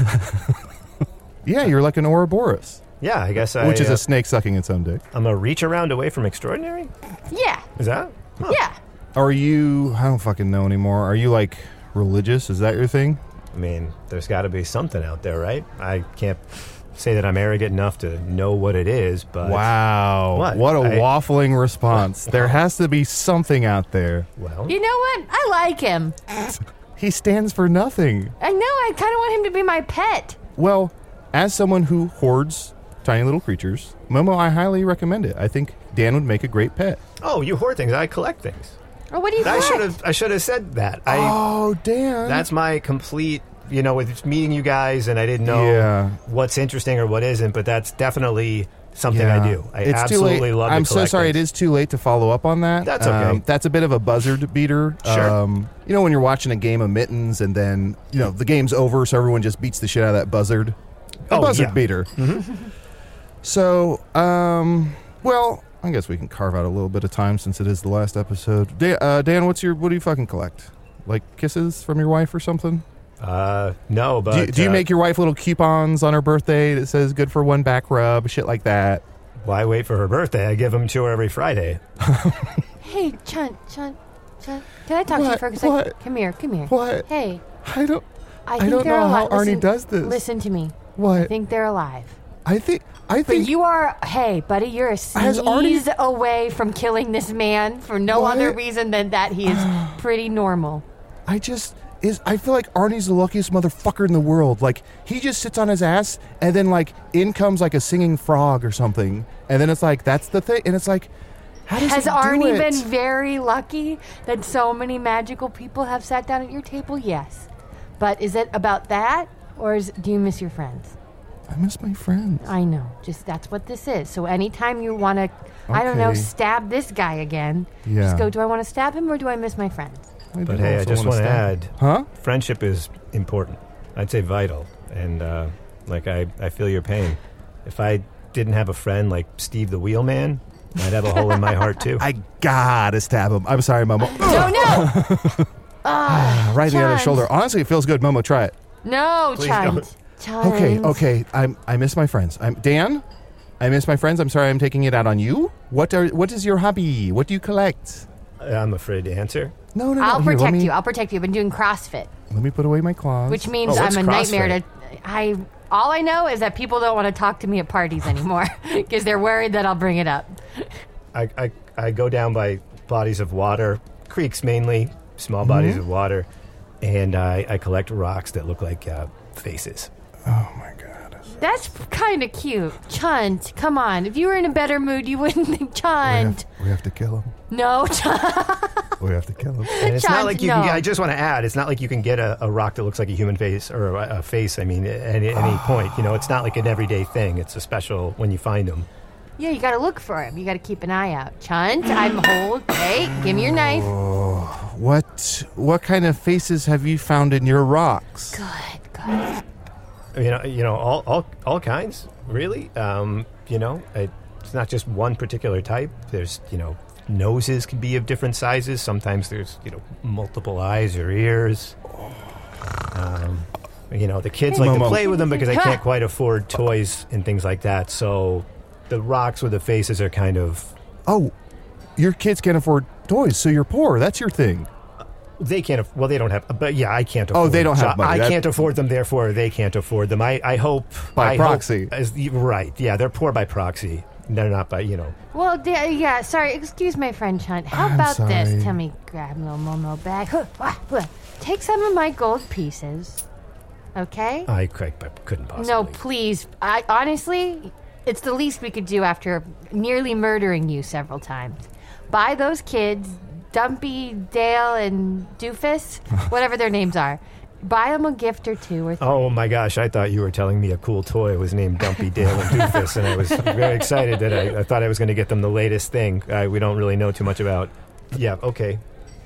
Yeah, you're like an Ouroboros.
Yeah, I guess I.
Which is
uh,
a snake sucking its own dick.
I'm a reach around away from extraordinary.
yeah.
Is that?
Yeah.
Are you? I don't fucking know anymore. Are you like religious? Is that your thing?
I mean, there's got to be something out there, right? I can't say that I'm arrogant enough to know what it is, but
Wow.
What?
a
I-
waffling response. There has to be something out there.
Well,
You know what? I like him.
he stands for nothing.
I know. I kind of want him to be my pet.
Well, as someone who hoards tiny little creatures, Momo, I highly recommend it. I think Dan would make a great pet.
Oh, you hoard things. I collect things.
Or Oh, what do you
I
collect?
should have. I should have said that. I.
Oh, Dan.
That's my complete. You know, with meeting you guys, and I didn't know
Yeah.
what's interesting or what isn't, but that's definitely something I
Yeah.
do. I
It's too late.
absolutely love. to
I'm so
collect
sorry.
things.
It is too late to follow up on that.
That's okay.
Um, that's a bit of a buzzard beater.
Sure.
Um, you know when you're watching a game of mittens and then you know the game's over, so everyone just beats the shit out of that buzzard. A
Oh,
buzzard
yeah.
beater. So, um, well, I guess we can carve out a little bit of time since it is the last episode. Dan, uh, Dan what's your what do you fucking collect? Like kisses from your wife or something?
Uh, no, but
do you, do you
uh,
make your wife little coupons on her birthday that says "good for one back rub," shit like that?
Why wait for her birthday? I give them to her every Friday.
Hey, Chunt, Chunt, Chunt. Can I talk to you
What?
for a second?
What?
Come here. Come here.
What?
Hey,
I don't.
I,
I
think
don't
they're
know
alive.
how Arnie
listen,
does this.
Listen to me.
What?
I think they're alive.
I think. I
But
think
you are, hey, buddy, you're a
Has
sneeze
Arnie-
away from killing this man for no
What?
other reason than that he is pretty normal.
I just is. I feel like Arnie's the luckiest motherfucker in the world. Like he just sits on his ass, and then like in comes like a singing frog or something, and then it's like that's the thing, and it's like, how does
Has
he do
Arnie
it?
been very lucky that so many magical people have sat down at your table? Yes. But is it about that? Or is, do you miss your friends?
I miss my friends.
I know. Just that's what this is. So anytime you want to, I don't know,
Okay.
stab this guy again,
Yeah.
just go, do I want to stab him or do I miss my friends?
I
But
do
hey, I
also
just want to
wanna stand-
add,
Huh?
Friendship is important. I'd say vital, and uh, like I, I feel your pain. If I didn't have a friend like Steve the Wheelman, I'd have a hole in my heart too.
I gotta stab him. I'm sorry, Momo.
No, no!
Ah, right in the other
Chance.
shoulder. Honestly, it feels good. Momo, try it.
No,
Please
Chimes. Chimes.
Okay, okay. I'm, I miss my friends. I'm Dan. I miss my friends. I'm sorry. I'm taking it out on you. What are? What is your hobby? What do you collect?
Uh, I'm afraid to answer.
No, no. no.
I'll
Here, let
protect
me-
you. I'll protect you. I've been doing CrossFit,
Let me put away my claws.
which means
Oh,
I'm
what's
a nightmare to. I all I know is that people don't want to talk to me at parties anymore because they're worried that I'll bring it up.
I, I, I go down by bodies of water, creeks mainly, small bodies
Mm-hmm.
of water, and I, I collect rocks that look like uh, faces.
That's kind of cute. Chunt, come on. If you were in a better mood, you wouldn't think Chunt.
we have to kill him.
No, Chunt.
We have to kill him.
And it's not
Chimes,
like you.
no.
Can, I just want to add, it's not like you can get a, a rock that looks like a human face or a, a face. I mean, at any, any point, you know, it's not like an everyday thing. It's a special when you find them.
Yeah, you gotta look for him. You gotta keep an eye out. Chunt, I'm hold. Hey, give me your knife.
Oh, What what kind of faces have you found in your rocks?
Good, good.
You know, you know, all all, all kinds, really. Um, you know, it, it's not just one particular type. There's, you know, noses can be of different sizes. Sometimes there's, you know, multiple eyes or ears. Um, You know, the kids like to
Momo.
play with them because they can't quite afford toys and things like that. So the rocks with the faces are kind of
Oh, your kids can't afford toys, so you're poor. That's your thing.
they can't. aff- Well, they don't have. But yeah, I can't.
Oh,
afford
they
them.
don't
So
have money.
I
That-
can't afford them. Therefore, they can't afford them. I, I hope
By
I hope-
proxy.
as- right? Yeah, they're poor by proxy. They're not by you know.
Well, da- yeah, sorry. Excuse my French hunt. How
I'm
about
sorry.
this? Tell me, grab little Momo bag. Huh, wah, wah. Take some of my gold pieces. Okay?
I, cou- I couldn't Oh, possibly.
No, please. I honestly, it's the least we could do after nearly murdering you several times. Buy those kids, Dumpy, Dale, and Doofus, whatever their names are. Buy them a gift or two or
Oh my gosh! I thought you were telling me a cool toy was named Dumpy Dale and Doofus, and I was very excited that I, I thought I was going to get them the latest thing. I, we don't really know too much about. Yeah. Okay.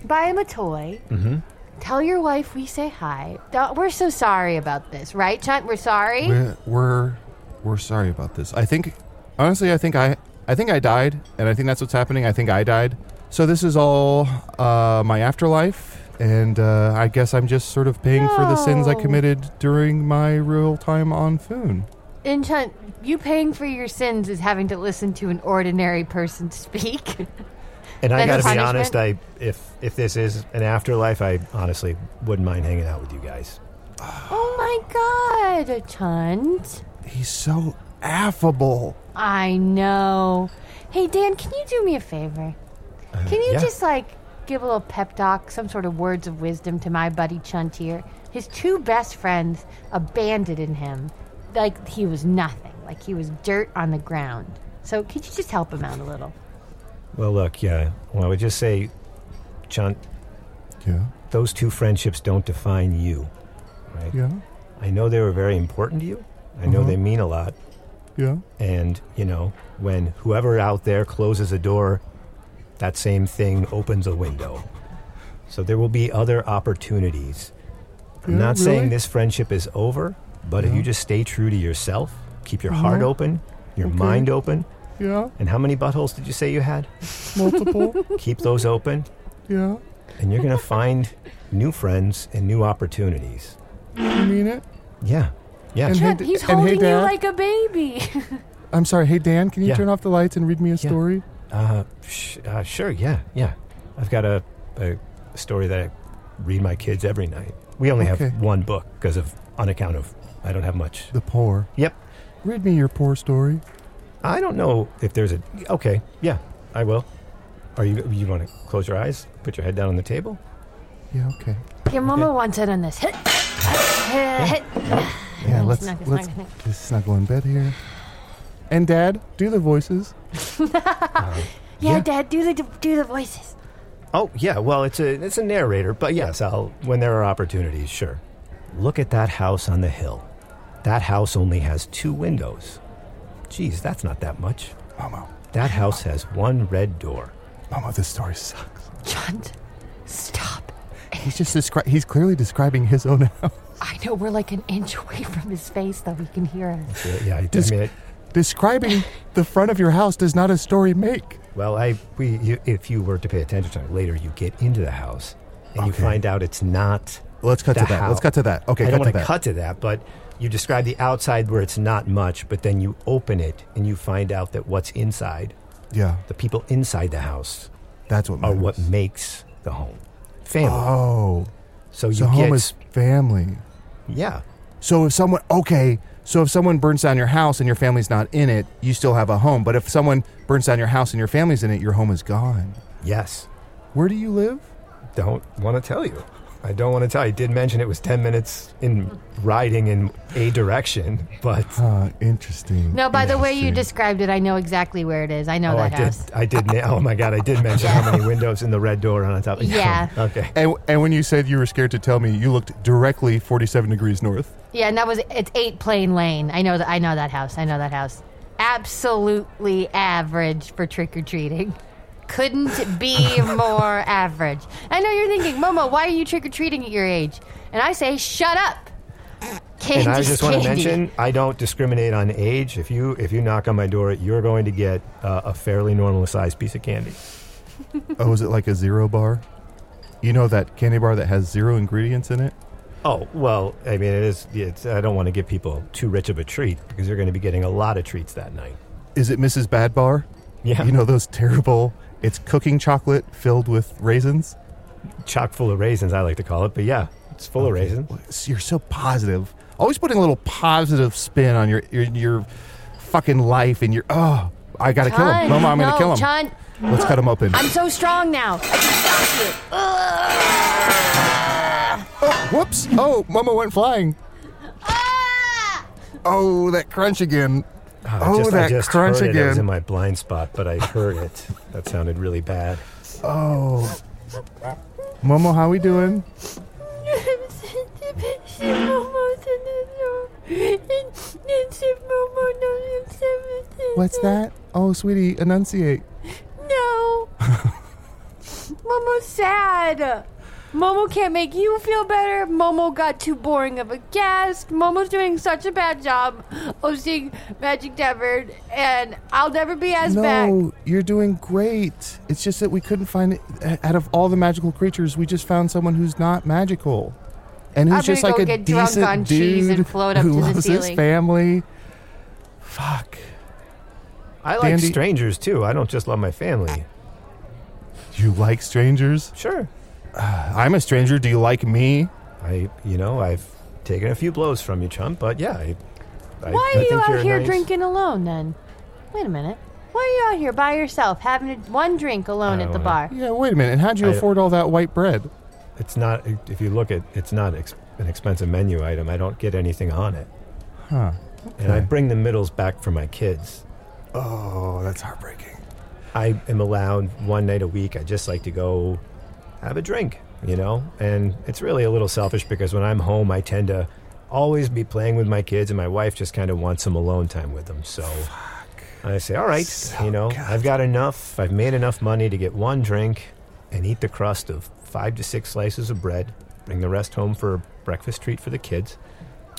buy them a toy.
Mm-hmm.
Tell your wife we say hi. Don't- we're so sorry about this, right, Chunt? We're sorry.
We're, we're we're sorry about this. I think honestly, I think I I think I died, and I think that's what's happening. I think I died. So this is all uh, my afterlife, and uh, I guess I'm just sort of paying for the sins I
No.
committed during my real time on Foon.
And Chunt, you paying for your sins is having to listen to an ordinary person speak.
And I
Then
got to be
punishment?
honest, I if if this is an afterlife, I honestly wouldn't mind hanging out with you guys.
Oh my god, Chunt.
He's so affable.
I know. Hey, Dan, can you do me a favor? Can you
Uh, yeah.
just, like, give a little pep talk, some sort of words of wisdom to my buddy Chunt here? His two best friends abandoned him like he was nothing, like he was dirt on the ground. So, could you just help him out a little?
Well, look, yeah. Well, I would just say, Chunt.
Yeah.
Those two friendships don't define you, right?
Yeah.
I know they were very important to you. I know
Uh-huh.
Mhm.
they mean a lot.
Yeah.
And, you know, when whoever out there closes a door, that same thing opens a window. So there will be other opportunities. I'm
Yeah,
not
really?
saying this friendship is over, but if
Yeah.
you just stay true to yourself, keep your heart
Uh-huh.
open, your
Okay.
mind open.
Yeah.
And how many buttholes did you say you had?
Multiple.
keep those open,
yeah.
and you're going to find new friends and new opportunities.
You mean it?
Yeah. Yeah.
Chunt, he's holding you
Dad.
like a baby.
I'm sorry. Hey Dan, can you
Yeah.
turn off the lights and read me a story?
Uh, sh- uh, sure, yeah, yeah. I've got a, a story that I read my kids every night. We only
Okay.
have one book because of on account of I don't have much.
The poor.
Yep.
Read me your poor story.
I don't know if there's a okay. Yeah, I will. Are you you want to close your eyes, put your head down on the table?
Yeah. Okay.
Your mama wants it on this. Hit. Hit.
Yeah,
Snug,
let's
snug, snug,
let's
snug.
just snuggle in bed here. And Dad, do the voices.
Yeah, Dad, do the do the voices.
Oh yeah, well it's a it's a narrator, but yes, I'll when there are opportunities, sure. Look at that house on the hill. That house only has two windows. Geez, that's not that much.
Momo.
That house has one red door.
Momo, this story sucks.
Chunt, stop.
He's just descri- he's clearly describing his own house.
I know we're like an inch away from his face, though he can hear us.
Yeah, I,
Des-
I mean, it,
Describing the front of your house does not a story make.
well, I we you, if you were to pay attention to it later, you get into the house and you
Okay.
find out it's not.
Let's cut
the
to that. Let's
house.
cut to that. Okay,
I
cut
don't
to
want
that.
cut to that, but you describe the outside where it's not much, but then you open it and you find out that what's inside,
Yeah.
the people inside the house,
that's what
are what makes the home family.
Oh.
So you
so home
get-
is family.
Yeah.
So if someone okay, so if someone burns down your house and your family's not in it, you still have a home. But if someone burns down your house and your family's in it, your home is gone.
Yes.
Where do you live?
Don't want to tell you. I don't want to tell. you. I did mention it was ten minutes in riding in a direction, but
Huh, interesting.
No, by the way you described it, I know exactly where it is. I know
oh,
that
I
house.
did. I did. Na- oh my god, I did mention how many windows in the red door on top.
Yeah.
okay.
And, and when you said you were scared to tell me, you looked directly 47 degrees north.
Yeah, and that was it's eight Plain Lane. I know that. I know that house. I know that house. Absolutely average for trick or treating. Couldn't be more average. I know you're thinking, Momo, why are you trick or treating at your age? And I say, shut up. Candy's
and I just want to
candy.
mention I don't discriminate on age. If you if you knock on my door, you're going to get uh, a fairly normal sized piece of candy.
oh, is it like a zero bar? You know that candy bar that has zero ingredients in it?
Oh well, I mean, it is. It's, I don't want to give people too rich of a treat because they're going to be getting a lot of treats that night.
Is it Mrs. Badbar?
Yeah.
You know those terrible, it's cooking chocolate filled with raisins?
Chock full of raisins, I like to call it, but yeah, it's full of raisins.
You're so positive. Always putting a little positive spin on your your, your fucking life and your, oh, I gotta kill him.
Chun,
Mama, I'm gonna
no,
kill him.
Chun.
Let's cut him open.
I'm so strong now. I can stop you. Ugh.
Oh, whoops. Oh, Mama went flying.
Ah!
Oh, that crunch again.
Ah, I
Oh,
just, I
that
just
crunch
heard It. it was
again.
in my blind spot, but I heard it. That sounded really bad.
Oh. Momo, how we doing?
I'm sending Ship Momo to the door. And, and Ship Momo knows it's everything.
What's that? Oh, sweetie, enunciate.
No.
Momo's sad. Momo can't make you feel better. Momo got too boring of a guest. Momo's doing such a bad job hosting Magic Tavern, and I'll never be as
no,
back.
you're doing great. It's just that we couldn't find it. Out of all the magical creatures, we just found someone who's not magical, and who's
I'm
just
gonna
like
go
a
get drunk
decent
on
dude
cheese and float up
who
to the
loves his
ceiling.
family. Fuck.
I like
Dandy-
strangers too. I don't just love my family.
You like strangers? Uh,
Sure.
I'm a stranger. Do you like me?
I, you know, I've taken a few blows from you, chump, but yeah. I, I,
Why
I
are you
think
out
you're a
here
nice-
drinking alone then? Wait a minute. Why are you out here by yourself having a- one drink alone
I
at the
don't
bar?
Yeah. Wait a minute. And how'd you
I-
afford all that white bread?
It's not. If you look at, it's not ex- an expensive menu item. I don't get anything on it,
Huh.
and I bring the middles back for my kids.
Oh, that's heartbreaking.
I am allowed one night a week. I just like to go have a drink, you know? And it's really a little selfish because when I'm home, I tend to always be playing with my kids, and my wife just kind of wants some alone time with them. So I say, all right, you know, I've got enough. I've made enough money to get one drink and eat the crust of five to six slices of bread, bring the rest home for a breakfast treat for the kids.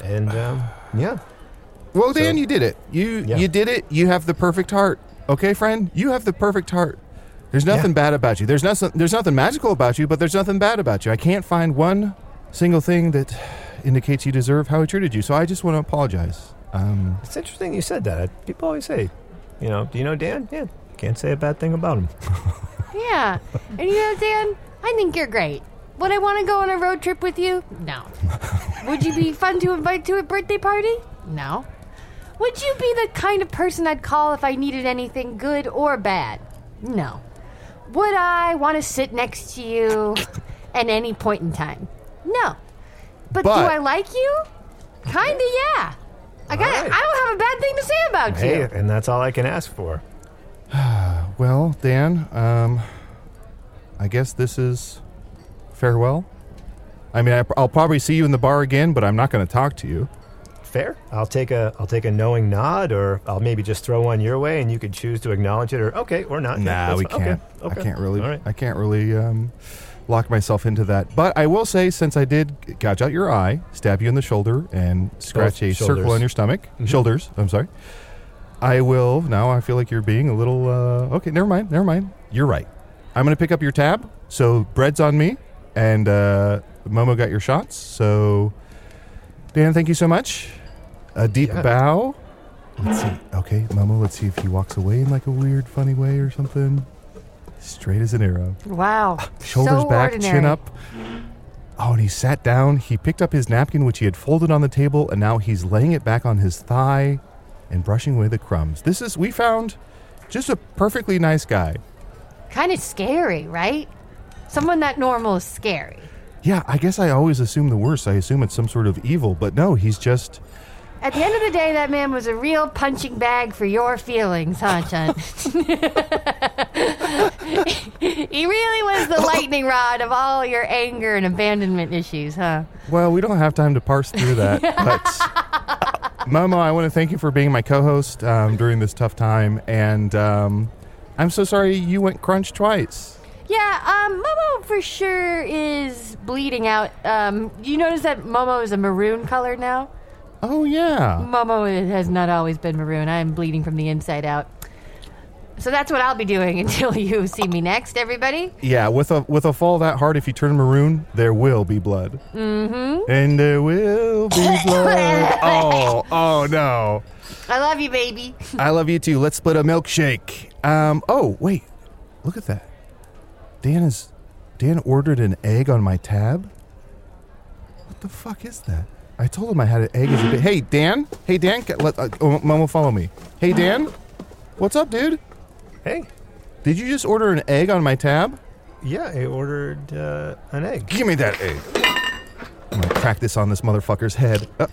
And um, yeah,
Well,
So-
Dan, you did it. You
Yeah.
you did it. You have the perfect heart. Okay, friend, you have the perfect heart. There's nothing bad about you. There's nothing. There's nothing magical about you, but there's nothing bad about you. I can't find one single thing that indicates you deserve how he treated you. So I just want to apologize. Um,
it's interesting you said that. People always say, you know, do you know Dan? Yeah, can't say a bad thing about him.
Yeah. And you know, Dan, I think you're great. Would I want to go on a road trip with you? No. Would you be fun to invite to a birthday party? No. Would you be the kind of person I'd call if I needed anything good or bad? No. Would I want to sit next to you at any point in time? No. But, do
But-
I like you? Kinda, yeah. I got.
right.
I don't have a bad thing to say about
Hey,
you.
and that's all I can ask for.
well, Dan, um, I guess this is farewell. I mean, I, I'll probably see you in the bar again, but I'm not going to talk to you.
Fair. I'll take a I'll take a knowing nod, or I'll maybe just throw one your way, and you could choose to acknowledge it, or okay, or not.
Nah,
That's
we
fine.
can't.
Okay. okay.
I can't really.
All right.
I can't really um, lock myself into that. But I will say, since I did gouge out your eye, stab you in the shoulder, and
Both
scratch a
shoulders. Mm-hmm.
circle on your stomach, shoulders. I'm sorry. I will now. I feel like you're being a little. Uh, okay, never mind. Never mind. You're right. I'm gonna pick up your tab. So bread's on me, and uh, Momo got your shots. So Dan, thank you so much. A deep
Yeah.
bow. Let's see. Okay, Momo, let's see if he walks away in like a weird, funny way or something. Straight as an arrow. Ah,
Wow.
Shoulders
So
back, chin
ordinary.
up. Oh, and he sat down. He picked up his napkin, which he had folded on the table, and now he's laying it back on his thigh and brushing away the crumbs. This is, we found just a perfectly nice guy.
kind of scary, right? Someone that normal is scary.
Yeah, I guess I always assume the worst. I assume it's some sort of evil, but no, he's just.
At the end of the day, that man was a real punching bag for your feelings, huh, Chun? he really was the lightning rod of all your anger and abandonment issues, huh?
Well, we don't have time to parse through that, but uh, Momo, I want to thank you for being my co-host um, during this tough time, and um, I'm so sorry you went crunch twice.
Yeah, um, Momo for sure is bleeding out. Um, you notice that Momo is a maroon color now?
Oh yeah,
Momo has not always been maroon. I am bleeding from the inside out. So that's what I'll be doing until you see me next, everybody.
Yeah, with a with a fall that hard, if you turn maroon, there will be blood,
Mm-hmm.
and there will be blood. oh, oh no!
I love you, baby.
I love you too. Let's split a milkshake. Um. Oh wait, look at that. Dan is Dan ordered an egg on my tab. What the fuck is that? I told him I had an egg as a bit. Hey Dan. Hey Dan. ca- Let uh, oh, Momo follow me. Hey Dan. What's up, dude?
Hey.
Did you just order an egg on my tab?
Yeah, I ordered uh, an egg.
Give me that egg. I'm gonna crack this on this motherfucker's head. Uh,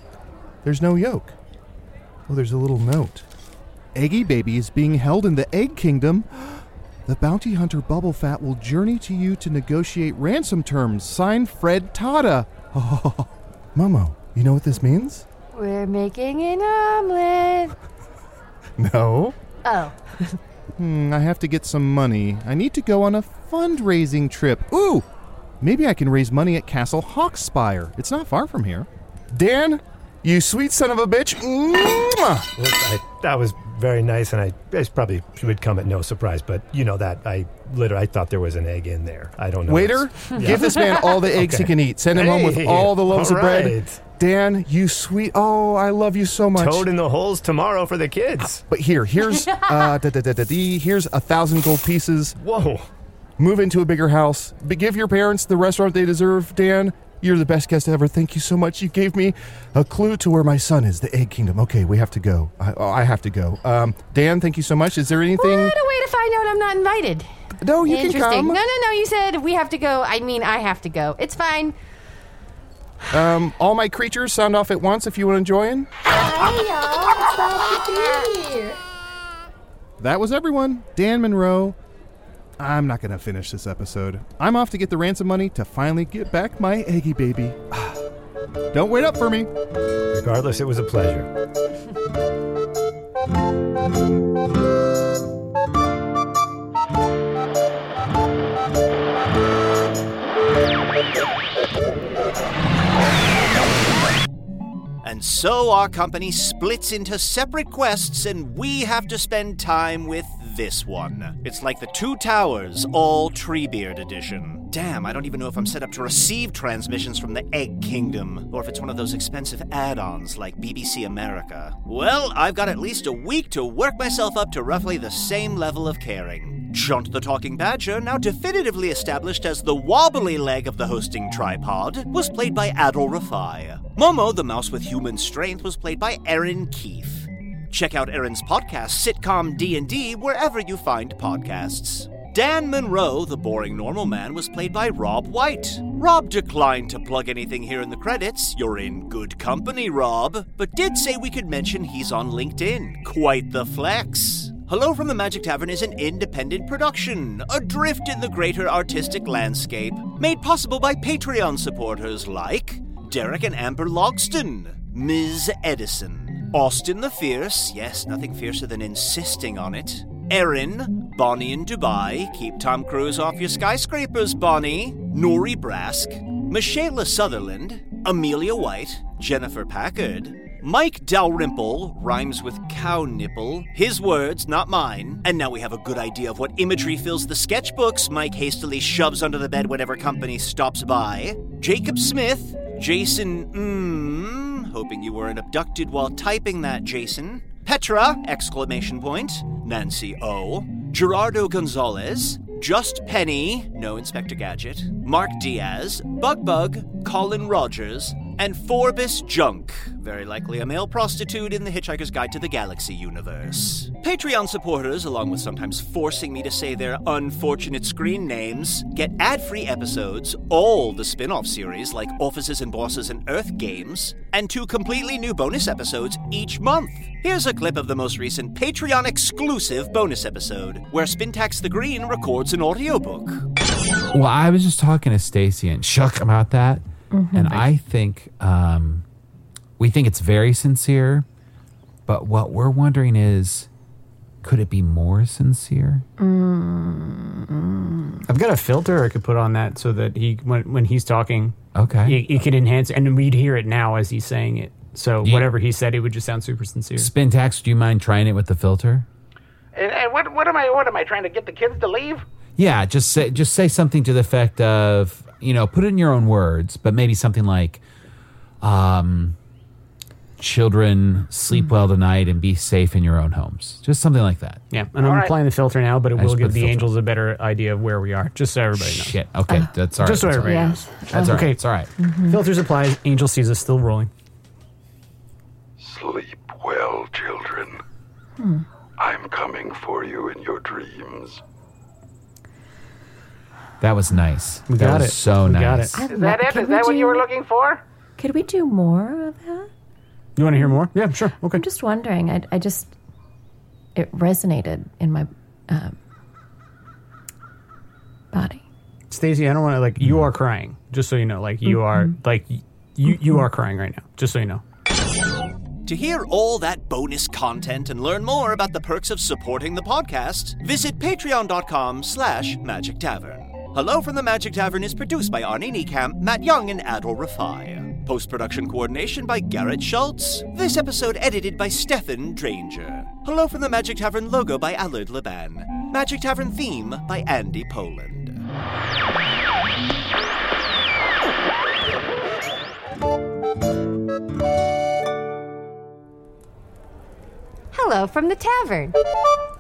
there's no yolk. Oh, there's a little note. Eggy Baby is being held in the Egg Kingdom. The bounty hunter Bubble Fat will journey to you to negotiate ransom terms. Sign Fred Tata. Oh, Momo, you know what this means?
We're making an omelet.
No.
Oh,
Hmm, I have to get some money. I need to go on a fundraising trip. Ooh, maybe I can raise money at Castle Hawkspire. It's not far from here. Dan, you sweet son of a bitch. Mm. Mwah!
Look, I, that was very nice, and I it's probably she would come at no surprise. But you know that I literally I thought there was an egg in there. I don't know.
Waiter,
It's-
give this man all the eggs he can eat. Send him home with
Hey,
all the loaves
all
of bread.
right.
Dan, you sweet. Oh, I love you so much.
Toad in the holes tomorrow for the kids.
But here, here's uh, da, da, da, da, dee, here's a thousand gold pieces.
Whoa!
Move into a bigger house. But give your parents the restaurant they deserve. Dan, you're the best guest ever. Thank you so much. You gave me a clue to where my son is, the Egg Kingdom. Okay, we have to go. I, oh, I have to go. Um, Dan, thank you so much. Is there anything?
what a way to find out I'm not invited.
No, you can
Interesting.
come.
No, no, no. You said we have to go. I mean, I have to go. It's fine.
Um, all my creatures sound off at once if you want to join.
Hey y'all, it's Bob the here.
That was everyone. Dan Monroe. I'm not going to finish this episode. I'm off to get the ransom money to finally get back my Eggy baby. Don't wait up for me.
Regardless, it was a pleasure.
And so our company splits into separate quests, and we have to spend time with this one. It's like the Two Towers, all Treebeard edition. Damn, I don't even know if I'm set up to receive transmissions from the Egg Kingdom, or if it's one of those expensive add ons like BBC America. Well, I've got at least a week to work myself up to roughly the same level of caring. Chunt the Talking Badger, now definitively established as the wobbly leg of the hosting tripod, was played by Adol Rafai. Momo, the mouse with human strength, was played by Erin Keefe. Check out Erin's podcast, Sitcom D&D, wherever you find podcasts. Dan Monroe, the boring normal man, was played by Rob White. Rob declined to plug anything here in the credits. You're in good company, Rob, but did say we could mention he's on LinkedIn. Quite the flex. Hello from the Magic Tavern is an independent production, adrift in the greater artistic landscape, made possible by Patreon supporters like Derek and Amber Logston, Ms. Edison, Austin the Fierce, yes, nothing fiercer than insisting on it, Erin, Bonnie in Dubai, keep Tom Cruise off your skyscrapers, Bonnie, Nori Brask, Michaela Sutherland, Amelia White, Jennifer Packard, Mike Dalrymple rhymes with cow nipple. His words, not mine. And now we have a good idea of what imagery fills the sketchbooks Mike hastily shoves under the bed whenever company stops by. Jacob Smith, Jason, mmm, hoping you weren't abducted while typing that, Jason. Petra, exclamation point, Nancy O, Gerardo Gonzalez, Just Penny, no Inspector Gadget, Mark Diaz, Bug Bug, Colin Rogers, and Forbes Junk, very likely a male prostitute in the Hitchhiker's Guide to the Galaxy universe. Patreon supporters, along with sometimes forcing me to say their unfortunate screen names, get ad free episodes, all the spin off series like Offices and Bosses and Earth Games, and two completely new bonus episodes each month. Here's a clip of the most recent Patreon exclusive bonus episode where Spintax the Green records an audiobook.
Well, I was just talking to Stacy and Chuck about that,
Mhm.
and I think um, we think it's very sincere, but what we're wondering is, could it be more sincere?
I've got a filter I could put on that so that he when when he's talking,
okay,
he, he could enhance and we'd hear it now as he's saying it. So whatever he said, it would just sound super sincere.
Spintax, do you mind trying it with the filter?
And, and what what am I what am I trying to get the kids to leave?
Yeah, just say just say something to the effect of, you know, put it in your own words, but maybe something like um children sleep
Mm-hmm.
well tonight and be safe in your own homes. Just something like that.
Yeah, and I'm
All right.
applying the filter now, but it
I
will
just put
give
the
the
filter.
angels a better idea of where we are, just so everybody knows.
Shit. Okay, that's all right.
Just so
That's all
everybody
right.
knows.
That's all right.
okay.
It's all right.
Filters applied. Angel sees us still rolling.
Sleep well, children.
Hmm.
I'm coming for you in your dreams.
That was nice.
We
that
got
was
it.
so
We
nice.
got
it.
Is that it?
Can
Is
we
that what you were
do-
looking for?
Could we do more of that?
You want to hear more? Yeah, sure. Okay.
I'm just wondering. I, I just it resonated in my um, body.
Stacey, I don't want to like.
Mm-hmm.
You are crying, just so you know. Like you are like y- you you are crying right now, just so you know.
To hear all that bonus content and learn more about the perks of supporting the podcast, visit patreon.com slash magic tavern. Hello from the Magic Tavern is produced by Arnie Niekamp, Matt Young, and Adol Rafai. Post-production coordination by Garrett Schultz. This episode edited by Stefan Dranger. Hello from the Magic Tavern logo by Allard Leban. Magic Tavern theme by Andy Poland.
Hello from the Tavern,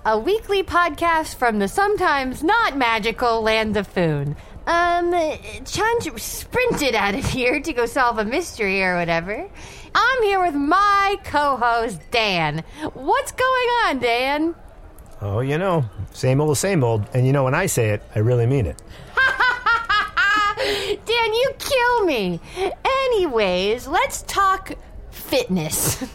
a weekly podcast from the sometimes not magical land of Foon. Um, Chund sprinted out of here to go solve a mystery or whatever. I'm here with my co host, Dan. What's going on, Dan?
Oh, you know, same old, same old. And you know, when I say it, I really mean it.
Dan, you kill me. Anyways, let's talk fitness.